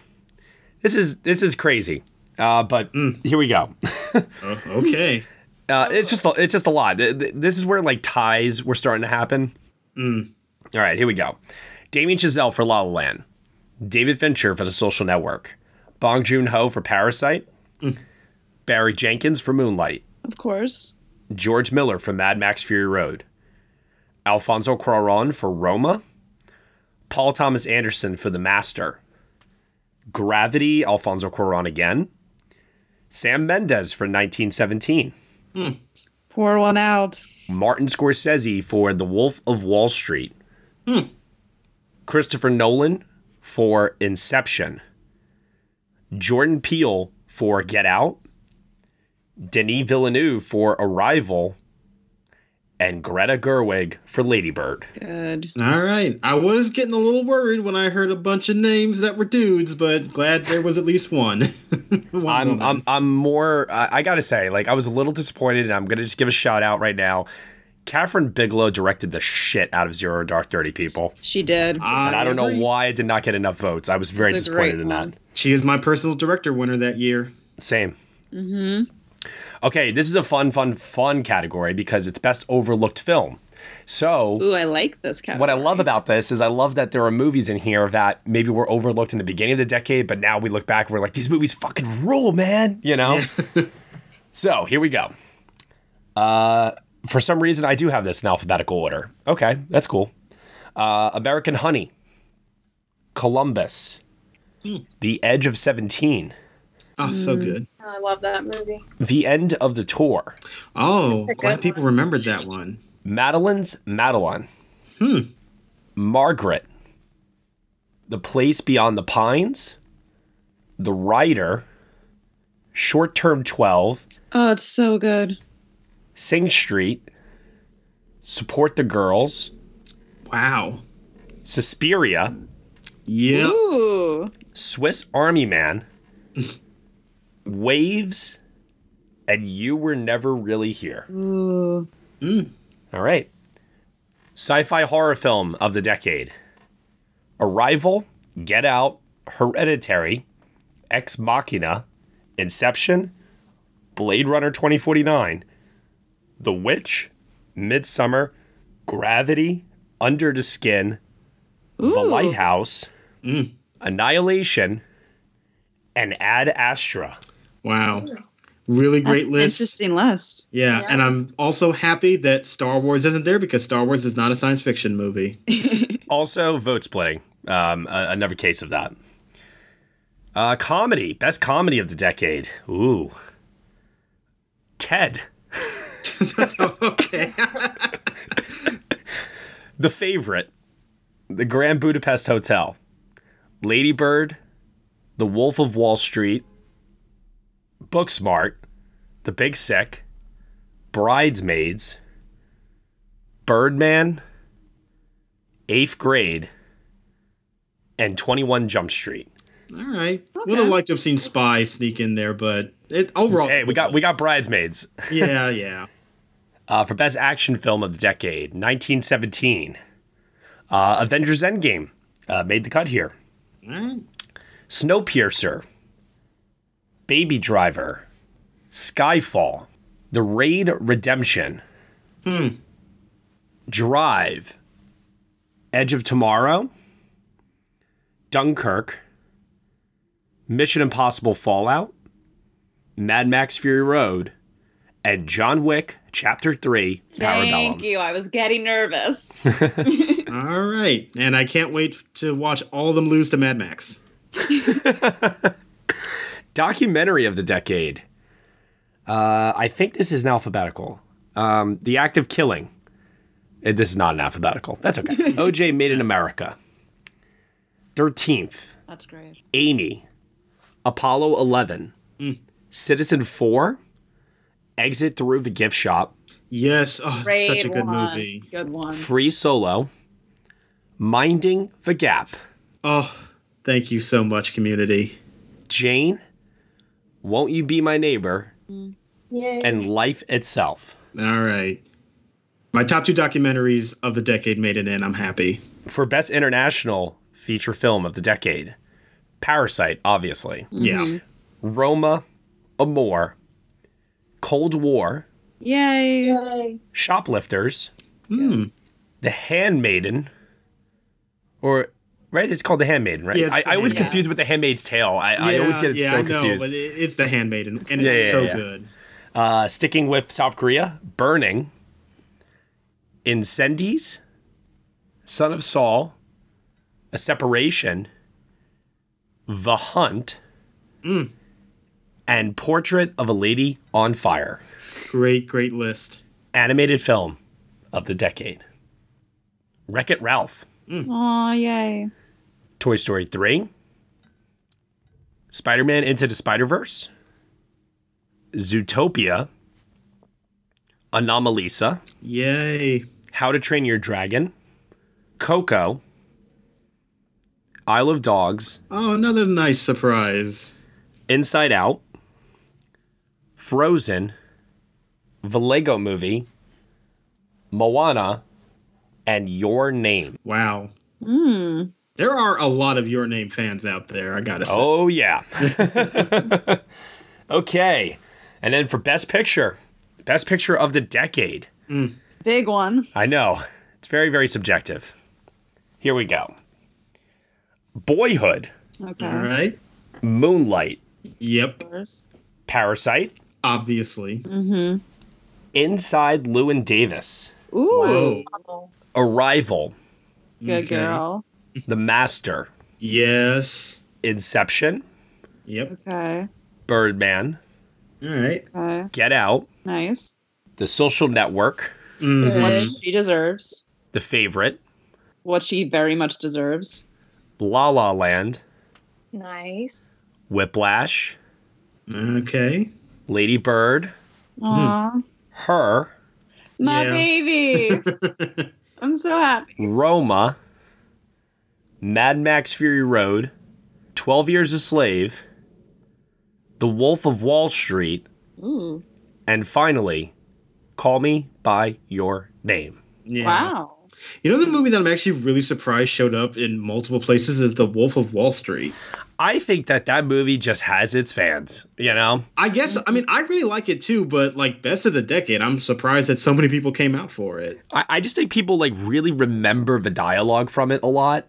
Speaker 9: This is this is crazy, uh, but here we go.
Speaker 10: Oh, okay.
Speaker 9: Uh, it's just a- it's just a lot. Th- th- This is where like ties were starting to happen. Mm. All right, here we go. Damien Chazelle for La La Land. David Fincher for The Social Network. Bong Joon Ho for Parasite. Barry Jenkins for Moonlight.
Speaker 2: Of course.
Speaker 9: George Miller for Mad Max Fury Road, Alfonso Cuaron for Roma, Paul Thomas Anderson for The Master, Gravity, Alfonso Cuaron again, Sam Mendes for 1917,
Speaker 2: Pour one out.
Speaker 9: Martin Scorsese for The Wolf of Wall Street,
Speaker 2: Hmm.
Speaker 9: Christopher Nolan for Inception, Jordan Peele for Get Out, Denis Villeneuve for Arrival, and Greta Gerwig for Ladybird.
Speaker 2: Good.
Speaker 10: All right. I was getting a little worried when I heard a bunch of names that were dudes, but glad there was at least one.
Speaker 9: I'm, I'm I'm more I, I gotta say like I was a little disappointed and I'm gonna just give a shout out right now. Catherine Bigelow directed the shit out of Zero Dark Thirty People,
Speaker 2: She did.
Speaker 10: Ah.
Speaker 9: and I don't know why it did not get enough votes. I was very
Speaker 2: It's a great
Speaker 9: disappointed in that.
Speaker 10: She is my personal director winner that year.
Speaker 9: Same.
Speaker 2: Mm-hmm.
Speaker 9: Okay, this is a fun, fun, fun category because it's best overlooked film. So
Speaker 2: Ooh, I like this category.
Speaker 9: what I love about this is I love that there are movies in here that maybe were overlooked in the beginning of the decade, but now we look back, we're like, these movies fucking rule, man. You know? so here we go. Uh, for some reason, I do have this in alphabetical order. Okay, that's cool. Uh, American Honey, Columbus, The Edge of 17,
Speaker 10: Oh,
Speaker 11: Mm.
Speaker 10: so good.
Speaker 11: I love that movie.
Speaker 9: The End of the Tour,
Speaker 10: Oh,
Speaker 11: That's a
Speaker 10: glad
Speaker 11: good
Speaker 10: people remembered that one.
Speaker 9: Madeline's Madeline,
Speaker 10: Hmm.
Speaker 9: Margaret, The Place Beyond the Pines, The Rider, Short Term 12,
Speaker 2: Oh, it's so good.
Speaker 9: Sing Street, Support the Girls,
Speaker 10: Wow.
Speaker 9: Suspiria,
Speaker 10: Yeah.
Speaker 2: Ooh.
Speaker 9: Swiss Army Man, Waves, and You Were Never Really Here.
Speaker 2: Ooh.
Speaker 9: All right. Sci fi horror film of the decade Arrival, Get Out, Hereditary, Ex Machina, Inception, Blade Runner 2049, The Witch, Midsummer, Gravity, Under the Skin, The
Speaker 2: Ooh.
Speaker 9: Lighthouse, Annihilation, and Ad Astra.
Speaker 10: Wow. Really
Speaker 2: That's
Speaker 10: great
Speaker 2: an
Speaker 10: list.
Speaker 2: Interesting list.
Speaker 10: Yeah, and I'm also happy that Star Wars isn't there because Star Wars is not a science fiction movie.
Speaker 9: Also, vote splitting. Um, a- another case of that. Uh, comedy, best comedy of the decade. Ooh, Ted.
Speaker 10: okay.
Speaker 9: The favorite, The Grand Budapest Hotel, Lady Bird, The Wolf of Wall Street, Booksmart, The Big Sick, Bridesmaids, Birdman, Eighth Grade, and 21 Jump Street.
Speaker 10: All right. Would have liked to have seen Spy sneak in there, but it overall.
Speaker 9: Hey, we got we got Bridesmaids.
Speaker 10: Yeah, yeah.
Speaker 9: Uh, for best action film of the decade, 1917. Uh, Avengers Endgame uh, made the cut here. Snowpiercer, Baby Driver, Skyfall, The Raid Redemption, Drive, Edge of Tomorrow, Dunkirk, Mission Impossible Fallout, Mad Max Fury Road, and John Wick Chapter 3 Parabellum.
Speaker 2: Thank you. I was getting nervous.
Speaker 10: All right. And I can't wait to watch all of them lose to Mad Max.
Speaker 9: documentary of the decade. Uh, I think this is an alphabetical. Um, the Act of Killing. Uh, This is not an alphabetical. That's okay. OJ Made in America. 13th.
Speaker 2: That's great.
Speaker 9: Amy. Apollo 11. Citizen 4. Exit Through the Gift Shop.
Speaker 10: Yes. Oh,
Speaker 2: Great one. Good one.
Speaker 9: Free Solo. Minding the Gap.
Speaker 10: Oh, thank you so much, community.
Speaker 9: Jane. Won't You Be My Neighbor? And Life Itself.
Speaker 10: All right. My top two documentaries of the decade made it in. I'm happy.
Speaker 9: for best international feature film of the decade. Parasite, obviously.
Speaker 2: Mm-hmm.
Speaker 10: Yeah.
Speaker 9: Roma, Amor, Cold War,
Speaker 2: Yay.
Speaker 9: Shoplifters,
Speaker 10: Hmm.
Speaker 9: The Handmaiden, or right? It's called The Handmaiden, right?
Speaker 10: Yeah, it's
Speaker 9: I,
Speaker 10: The
Speaker 9: I always
Speaker 10: Handmaiden.
Speaker 9: confused with The Handmaid's Tale. I, I always get it
Speaker 10: yeah,
Speaker 9: so
Speaker 10: I know,
Speaker 9: confused.
Speaker 10: but it- it's The Handmaiden, and
Speaker 9: Yeah,
Speaker 10: it's
Speaker 9: yeah,
Speaker 10: so
Speaker 9: yeah.
Speaker 10: good.
Speaker 9: Uh, sticking with South Korea, Burning, Incendies, Son of Saul, A Separation, The Hunt, and Portrait of a Lady on Fire.
Speaker 10: Great, great list.
Speaker 9: Animated film of the decade. Wreck It Ralph,
Speaker 2: Oh, yay.
Speaker 9: Toy Story 3, Spider Man Into the Spider Verse, Zootopia, Anomalisa.
Speaker 10: Yay.
Speaker 9: How to Train Your Dragon, Coco, Isle of Dogs,
Speaker 10: Oh, another nice surprise.
Speaker 9: Inside Out, Frozen, The Lego Movie, Moana, and Your Name.
Speaker 10: Wow.
Speaker 2: Mm.
Speaker 10: There are a lot of Your Name fans out there. I gotta say.
Speaker 9: Oh, yeah. okay. And then for Best Picture, Best Picture of the Decade.
Speaker 2: Big one.
Speaker 9: I know. It's very, very subjective. Here we go Boyhood.
Speaker 2: Okay.
Speaker 10: All right.
Speaker 9: Moonlight.
Speaker 10: Yep.
Speaker 9: Parasite.
Speaker 10: Obviously.
Speaker 2: Mm-hmm.
Speaker 9: Inside Lewin Davis.
Speaker 10: Oh,
Speaker 2: Ooh.
Speaker 9: Arrival.
Speaker 2: Good girl.
Speaker 9: The Master.
Speaker 10: Yes.
Speaker 9: Inception.
Speaker 10: Yep.
Speaker 2: Okay.
Speaker 9: Birdman.
Speaker 10: All right.
Speaker 2: Okay.
Speaker 9: Get Out.
Speaker 2: Nice.
Speaker 9: The Social Network.
Speaker 2: What she deserves.
Speaker 9: The Favorite.
Speaker 2: What she very much deserves.
Speaker 9: La La Land.
Speaker 11: Nice.
Speaker 9: Whiplash.
Speaker 10: Okay.
Speaker 9: Lady Bird.
Speaker 2: Aw.
Speaker 9: Her.
Speaker 2: My
Speaker 9: Yeah.
Speaker 2: baby. I'm so happy.
Speaker 9: Roma. Mad Max Fury Road. 12 Years a Slave. The Wolf of Wall Street.
Speaker 2: Ooh.
Speaker 9: And finally, Call Me By Your Name.
Speaker 10: Yeah.
Speaker 2: Wow.
Speaker 10: You know the movie that I'm actually really surprised showed up in multiple places is The Wolf of Wall Street.
Speaker 9: I think that that movie just has its fans, you know?
Speaker 10: I guess I mean I really like it too, but like best of the decade, I'm surprised that so many people came out for it.
Speaker 9: I, I just think people like really remember the dialogue from it a lot.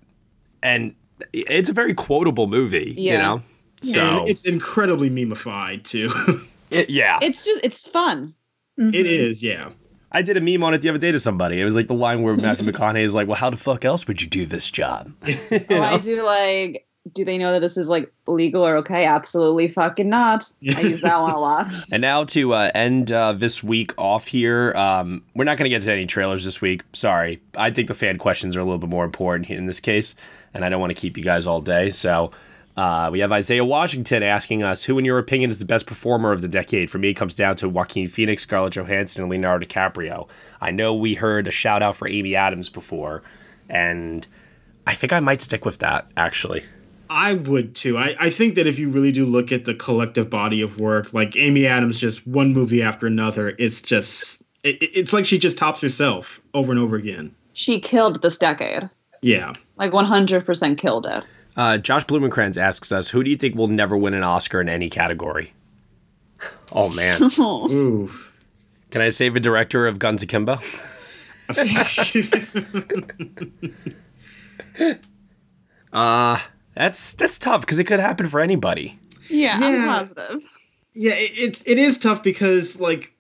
Speaker 9: And it's a very quotable movie, you
Speaker 2: Yeah.
Speaker 9: know?
Speaker 10: And
Speaker 9: So,
Speaker 10: it's incredibly memeified too.
Speaker 9: it- yeah.
Speaker 2: It's just it's fun.
Speaker 11: Mm-hmm.
Speaker 10: It is, yeah.
Speaker 9: I did a meme on it the other day to somebody. It was like the line where Matthew McConaughey is like, well, how the fuck else would you do this job?
Speaker 2: Oh, I do like do they know that this is like legal or okay? Absolutely fucking not. I use that one a lot.
Speaker 9: And now to uh, end uh, this week off here, um, we're not going to get to any trailers this week. Sorry. I think the fan questions are a little bit more important in this case, and I don't want to keep you guys all day. So Uh, we have Isaiah Washington asking us, who, in your opinion, is the best performer of the decade? For me, it comes down to Joaquin Phoenix, Scarlett Johansson, and Leonardo DiCaprio. I know we heard a shout out for Amy Adams before, and I think I might stick with that, actually.
Speaker 10: I would too. I, I think that if you really do look at the collective body of work, like Amy Adams, just one movie after another, it's just it, it's like she just tops herself over and over again.
Speaker 2: She killed this decade.
Speaker 10: Yeah.
Speaker 2: Like 100% killed it.
Speaker 9: Uh, Josh Blumenkranz asks us, who do you think will never win an Oscar in any category? Oh, man.
Speaker 2: Mm.
Speaker 10: Ooh.
Speaker 9: Can I save a director of Guns Akimbo? uh, that's that's tough because it could happen for anybody.
Speaker 2: Yeah, I'm
Speaker 10: Yeah.
Speaker 2: positive.
Speaker 10: Yeah, it, it it is tough because like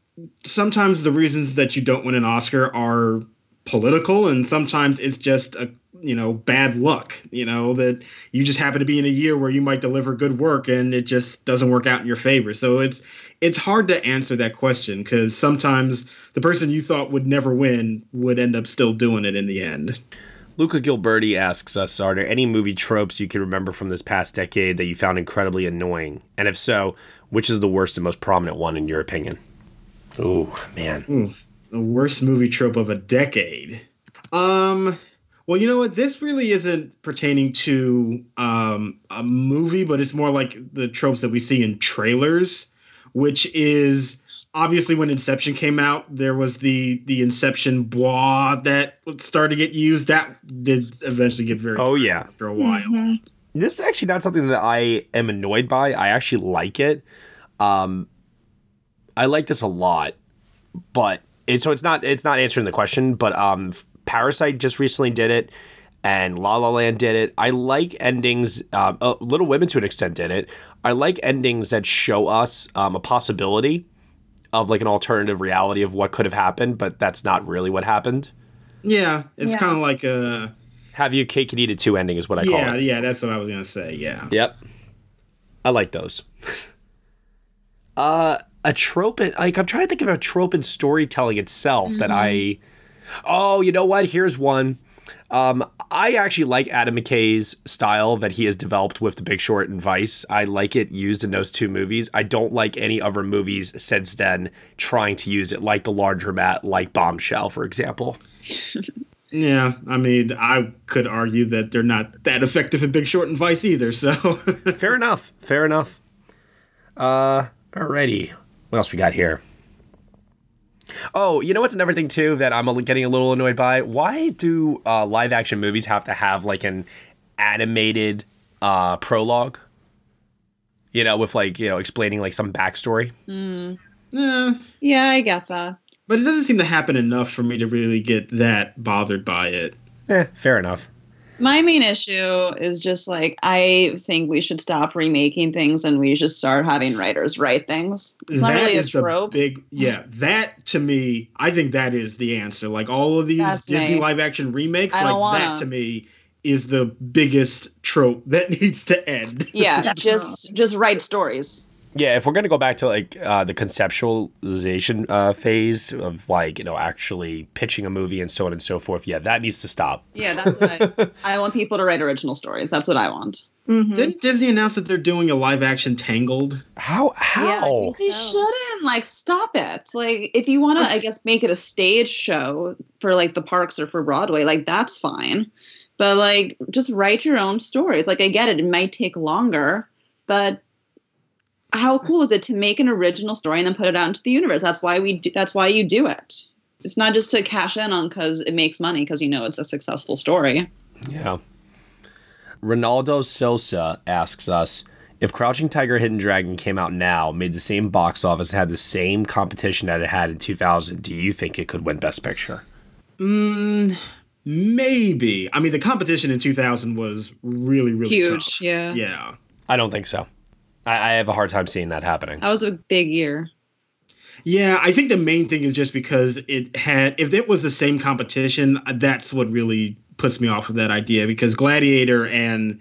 Speaker 10: sometimes the reasons that you don't win an Oscar are political, and sometimes it's just a you know bad luck. You know that you just happen to be in a year where you might deliver good work, and it just doesn't work out in your favor. So it's it's hard to answer that question because sometimes the person you thought would never win would end up still doing it in the end.
Speaker 9: Luca Gilberti asks us, are there any movie tropes you can remember from this past decade that you found incredibly annoying? And if so, which is the worst and most prominent one in your opinion? Ooh, man.
Speaker 10: The worst movie trope of a decade. Um, well, you know what? This really isn't pertaining to um, a movie, but it's more like the tropes that we see in trailers, which is obviously when Inception came out, there was the the Inception bois that started to get used. That did eventually get very
Speaker 9: Oh yeah.
Speaker 10: after a while.
Speaker 11: Mm-hmm.
Speaker 9: This is actually not something that I am annoyed by. I actually like it. Um, I like this a lot, but it, so it's not it's not answering the question. But um, Parasite just recently did it, and La La Land did it. I like endings. Um, uh, Little Women to an extent did it. I like endings that show us um, a possibility of like an alternative reality of what could have happened, but that's not really what happened.
Speaker 10: Yeah, it's
Speaker 9: Yeah.
Speaker 10: kind of like a
Speaker 9: Have you cake and eat it too ending is what I call it.
Speaker 10: yeah, yeah. That's what I was gonna say. Yeah.
Speaker 9: Yep. I like those. uh a trope in, like I'm trying to think of a trope in storytelling itself that I Oh, you know what? Here's one. Um I actually like Adam McKay's style that he has developed with The Big Short and Vice. I like it used in those two movies. I don't like any other movies since then trying to use it like The Laundromat, like Bombshell, for example.
Speaker 10: Yeah, I mean, I could argue that they're not that effective in Big Short and Vice either. So
Speaker 9: fair enough. Fair enough. Uh, alrighty. What else we got here? Oh, you know what's another thing too that I'm getting a little annoyed by? Why do uh, live action movies have to have like an animated uh, prologue? You know, with like you know explaining like some backstory.
Speaker 2: Mm.
Speaker 10: Yeah.
Speaker 2: yeah, I get that.
Speaker 10: But it doesn't seem to happen enough for me to really get that bothered by it.
Speaker 9: Eh, fair enough.
Speaker 2: My main issue is just like I think we should stop remaking things and we should start having writers write things. It's not
Speaker 10: That
Speaker 2: really a
Speaker 10: is the
Speaker 2: trope.
Speaker 10: big yeah. That to me, I think that is the answer. Like all of these
Speaker 2: That's
Speaker 10: Disney
Speaker 2: me.
Speaker 10: live action remakes,
Speaker 2: I don't
Speaker 10: like that
Speaker 2: wanna.
Speaker 10: to me is the biggest trope that needs to end.
Speaker 2: yeah, just just write stories.
Speaker 9: Yeah, if we're gonna go back to like uh, the conceptualization uh, phase of like you know actually pitching a movie and so on and so forth, yeah, that needs to stop.
Speaker 2: Yeah, that's what I, I want people to write original stories. That's what I want.
Speaker 11: Mm-hmm.
Speaker 10: Didn't Disney announce that they're doing a live action Tangled?
Speaker 9: How
Speaker 2: Yeah, I
Speaker 9: how?
Speaker 2: think they shouldn't. Like, stop it. Like, if you want to, I guess, make it a stage show for like the parks or for Broadway, like that's fine. But like, just write your own stories. Like, I get it. It might take longer, but how cool is it to make an original story and then put it out into the universe? That's why we. Do, that's why you do it. It's not just to cash in on because it makes money because you know it's a successful story.
Speaker 9: Yeah. Ronaldo Sosa asks us if Crouching Tiger, Hidden Dragon came out now, made the same box office, and had the same competition that it had in 2000. Do you think it could win Best Picture?
Speaker 10: Mm, maybe. I mean, the competition in 2000 was really, really
Speaker 2: Huge,
Speaker 10: tough.
Speaker 2: yeah.
Speaker 10: Yeah.
Speaker 9: I don't think so. I, I have a hard time seeing that happening.
Speaker 2: That was a big year.
Speaker 10: Yeah, I think the main thing is just because it had, if it was the same competition, uh, that's what really puts me off of that idea because Gladiator and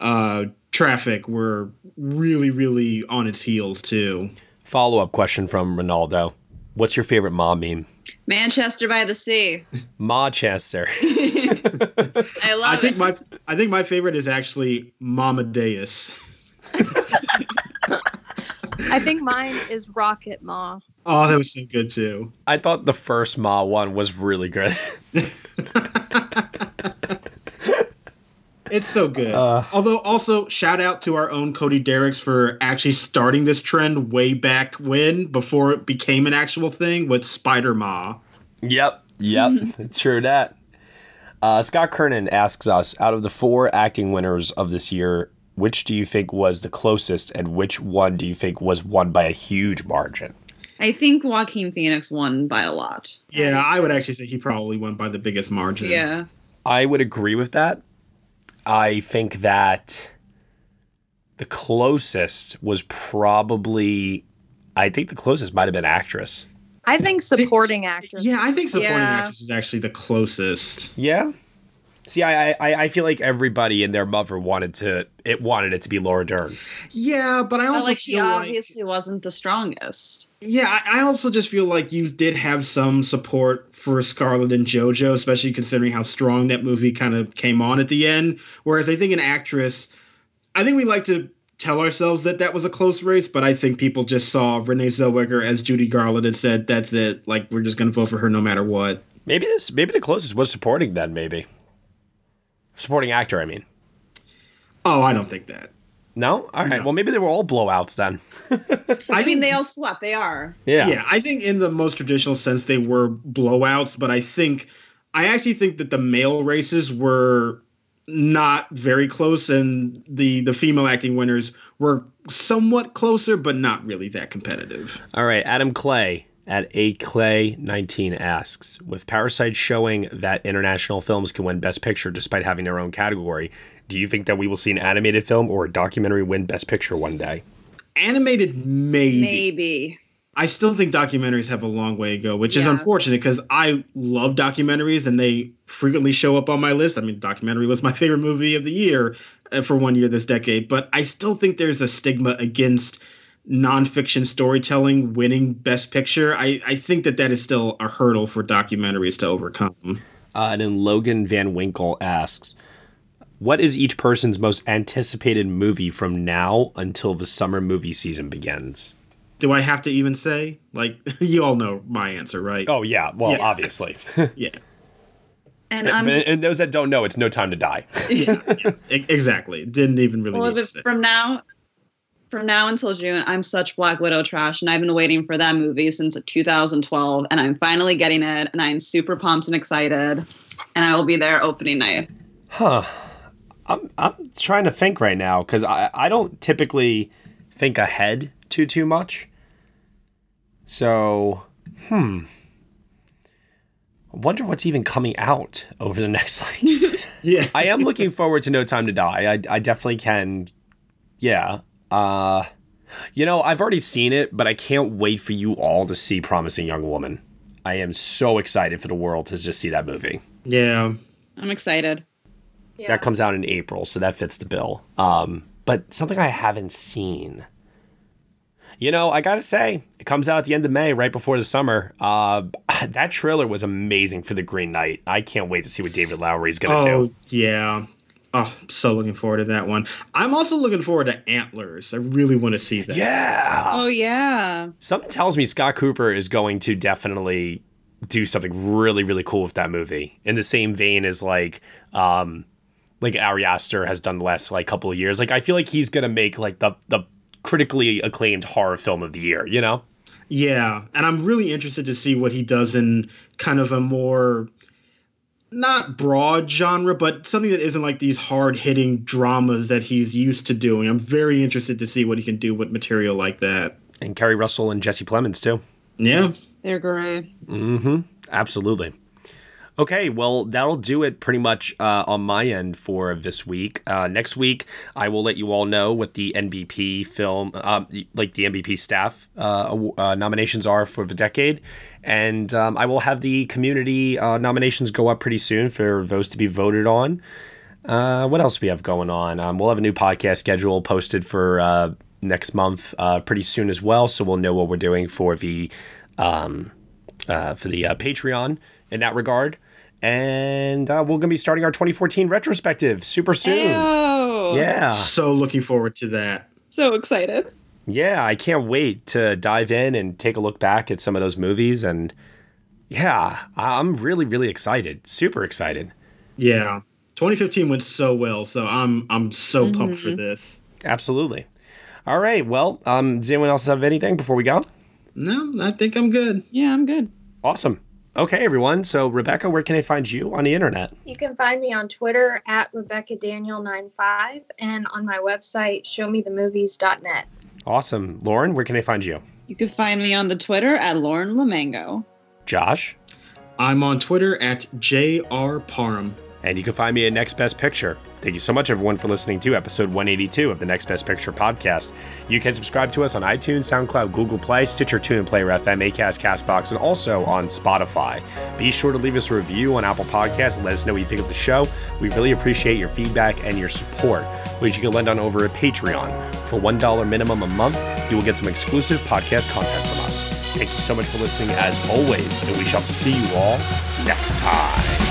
Speaker 10: uh, Traffic were really, really on its heels too.
Speaker 9: Follow up question from Ronaldo: What's your favorite mom meme?
Speaker 2: Manchester by the Sea.
Speaker 9: Manchester.
Speaker 2: I love
Speaker 10: I think
Speaker 2: it.
Speaker 10: my I think my favorite is actually Mama Deus.
Speaker 11: I think mine is Rocket Ma.
Speaker 10: Oh, that was so good too.
Speaker 9: I thought the first Ma one was really good.
Speaker 10: It's so good. Although, also shout out to our own Cody Derricks for actually starting this trend way back when, before it became an actual thing with Spider Ma.
Speaker 9: Yep, yep, true that. Uh, Scott Kernan asks us out of the four acting winners of this year, which do you think was the closest, and which one do you think was won by a huge margin?
Speaker 2: I think Joaquin Phoenix won by a lot.
Speaker 10: Yeah, I would actually say he probably won by the biggest margin.
Speaker 2: Yeah.
Speaker 9: I would agree with that. I think that the closest was probably, I think the closest might have been actress.
Speaker 11: I think supporting actress.
Speaker 10: Yeah, I think
Speaker 9: supporting actress
Speaker 10: is actually the closest.
Speaker 9: Yeah. See, I, I, I feel like everybody and their mother wanted to it wanted it to be Laura Dern.
Speaker 10: Yeah, but I also
Speaker 2: like she
Speaker 10: feel like-
Speaker 2: obviously wasn't the strongest.
Speaker 10: Yeah, I, I also just feel like you did have some support for Scarlett and JoJo, especially considering how strong that movie kind of came on at the end. Whereas I think an actress, I think we like to tell ourselves that that was a close race, but I think people just saw Renee Zellweger as Judy Garland and said, that's it. Like, we're just going to vote for her no matter what.
Speaker 9: Maybe this maybe the closest was supporting then, maybe. Supporting actor, I mean.
Speaker 10: Oh, I don't think that.
Speaker 9: No? All right. Well, maybe they were all blowouts then.
Speaker 2: I mean, they all swept. They are.
Speaker 9: Yeah.
Speaker 10: Yeah, I think in the most traditional sense they were blowouts, but I think I actually think that the male races were not very close and the the female acting winners were somewhat closer but not really that competitive.
Speaker 9: All right, Adam Clay at A Clay 19 asks, with Parasite showing that international films can win best picture despite having their own category, do you think that we will see an animated film or a documentary win best picture one day?
Speaker 10: Animated maybe.
Speaker 2: Maybe.
Speaker 10: I still think documentaries have a long way to go, which is
Speaker 2: Yeah.
Speaker 10: unfortunate because I love documentaries and they frequently show up on my list. I mean, documentary was my favorite movie of the year uh, for one year this decade, but I still think there's a stigma against nonfiction storytelling winning Best Picture. I, I think that that is still a hurdle for documentaries to overcome.
Speaker 9: Uh, and then Logan Van Winkle asks, what is each person's most anticipated movie from now until the summer movie season begins?
Speaker 10: Do I have to even say? Like, you all know my answer, right?
Speaker 9: Oh, yeah. Well,
Speaker 10: Yeah.
Speaker 9: obviously.
Speaker 10: yeah.
Speaker 2: And I'm
Speaker 9: And, and those that don't know, it's No Time to Die.
Speaker 10: E- Exactly. Didn't even really.
Speaker 2: well,
Speaker 10: need to
Speaker 2: if
Speaker 10: say.
Speaker 2: from now, from now until June, I'm such Black Widow trash, and I've been waiting for that movie since 2012, and I'm finally getting it, and I'm super pumped and excited, and I will be there opening night.
Speaker 9: Huh. I'm I'm trying to think right now because I I don't typically think ahead too too much. So, hmm. I wonder what's even coming out over the next like.
Speaker 10: yeah.
Speaker 9: I am looking forward to No Time to Die. I I definitely can. Yeah. Uh, you know I've already seen it, but I can't wait for you all to see Promising Young Woman. I am so excited for the world to just see that movie.
Speaker 10: Yeah.
Speaker 2: I'm excited.
Speaker 9: That comes out in April, so that fits the bill. Um, but something I haven't seen. You know, I gotta say, it comes out at the end of May, right before the summer. Uh, that trailer was amazing for The Green Knight. I can't wait to see what David Lowery's gonna
Speaker 10: oh,
Speaker 9: do.
Speaker 10: Yeah. Oh, I'm so looking forward to that one. I'm also looking forward to Antlers. I really want to see that.
Speaker 9: Yeah.
Speaker 2: Oh yeah.
Speaker 9: Something tells me Scott Cooper is going to definitely do something really, really cool with that movie. In the same vein as like, um, like Ari Aster has done the last like couple of years. Like, I feel like he's gonna make like the the critically acclaimed horror film of the year. You know?
Speaker 10: Yeah. And I'm really interested to see what he does in kind of a more not broad genre, but something that isn't like these hard hitting dramas that he's used to doing. I'm very interested to see what he can do with material like that.
Speaker 9: And Kerry Russell and Jesse Plemons too.
Speaker 10: Yeah.
Speaker 2: They're great.
Speaker 9: Mm-hmm. Absolutely. Okay, well, that'll do it pretty much uh, on my end for this week. Uh, next week, I will let you all know what the NBP film, um, like the NBP staff uh, aw- uh, nominations are for the decade. And um, I will have the community uh, nominations go up pretty soon for those to be voted on. Uh, what else do we have going on? Um, we'll have a new podcast schedule posted for uh, next month uh, pretty soon as well, so we'll know what we're doing for the um, uh, for the uh, Patreon in that regard. And uh, we're going to be starting our 2014 retrospective super soon.
Speaker 2: Ayo.
Speaker 9: Yeah.
Speaker 10: So looking forward to that.
Speaker 2: So excited.
Speaker 9: Yeah, I can't wait to dive in and take a look back at some of those movies. And yeah, I- I'm really, really excited. Super excited.
Speaker 10: Yeah. 2015 went so well, so I'm I'm so pumped for
Speaker 9: Mhm.
Speaker 10: this.
Speaker 9: Absolutely. All right. Well, um, does anyone else have anything before we go?
Speaker 10: No, I think I'm good.
Speaker 2: Yeah, I'm good.
Speaker 9: Awesome. Okay, everyone. So, Rebecca, where can I find you on the internet?
Speaker 14: You can find me on Twitter at Rebecca Daniel95 and on my website, showmethemovies.net.
Speaker 9: Awesome. Lauren, where can I find you?
Speaker 2: You can find me on the Twitter at Lauren Lamango.
Speaker 9: Josh?
Speaker 10: I'm on Twitter at JR Parham.
Speaker 9: And you can find me at Next Best Picture. Thank you so much, everyone, for listening to episode 182 of the Next Best Picture podcast. You can subscribe to us on iTunes, SoundCloud, Google Play, Stitcher, TuneIn, Player FM, Acast, Castbox, and also on Spotify. Be sure to leave us a review on Apple Podcasts and let us know what you think of the show. We really appreciate your feedback and your support, which you can lend on over at Patreon. For $1 minimum a month, you will get some exclusive podcast content from us. Thank you so much for listening, as always, and we shall see you all next time.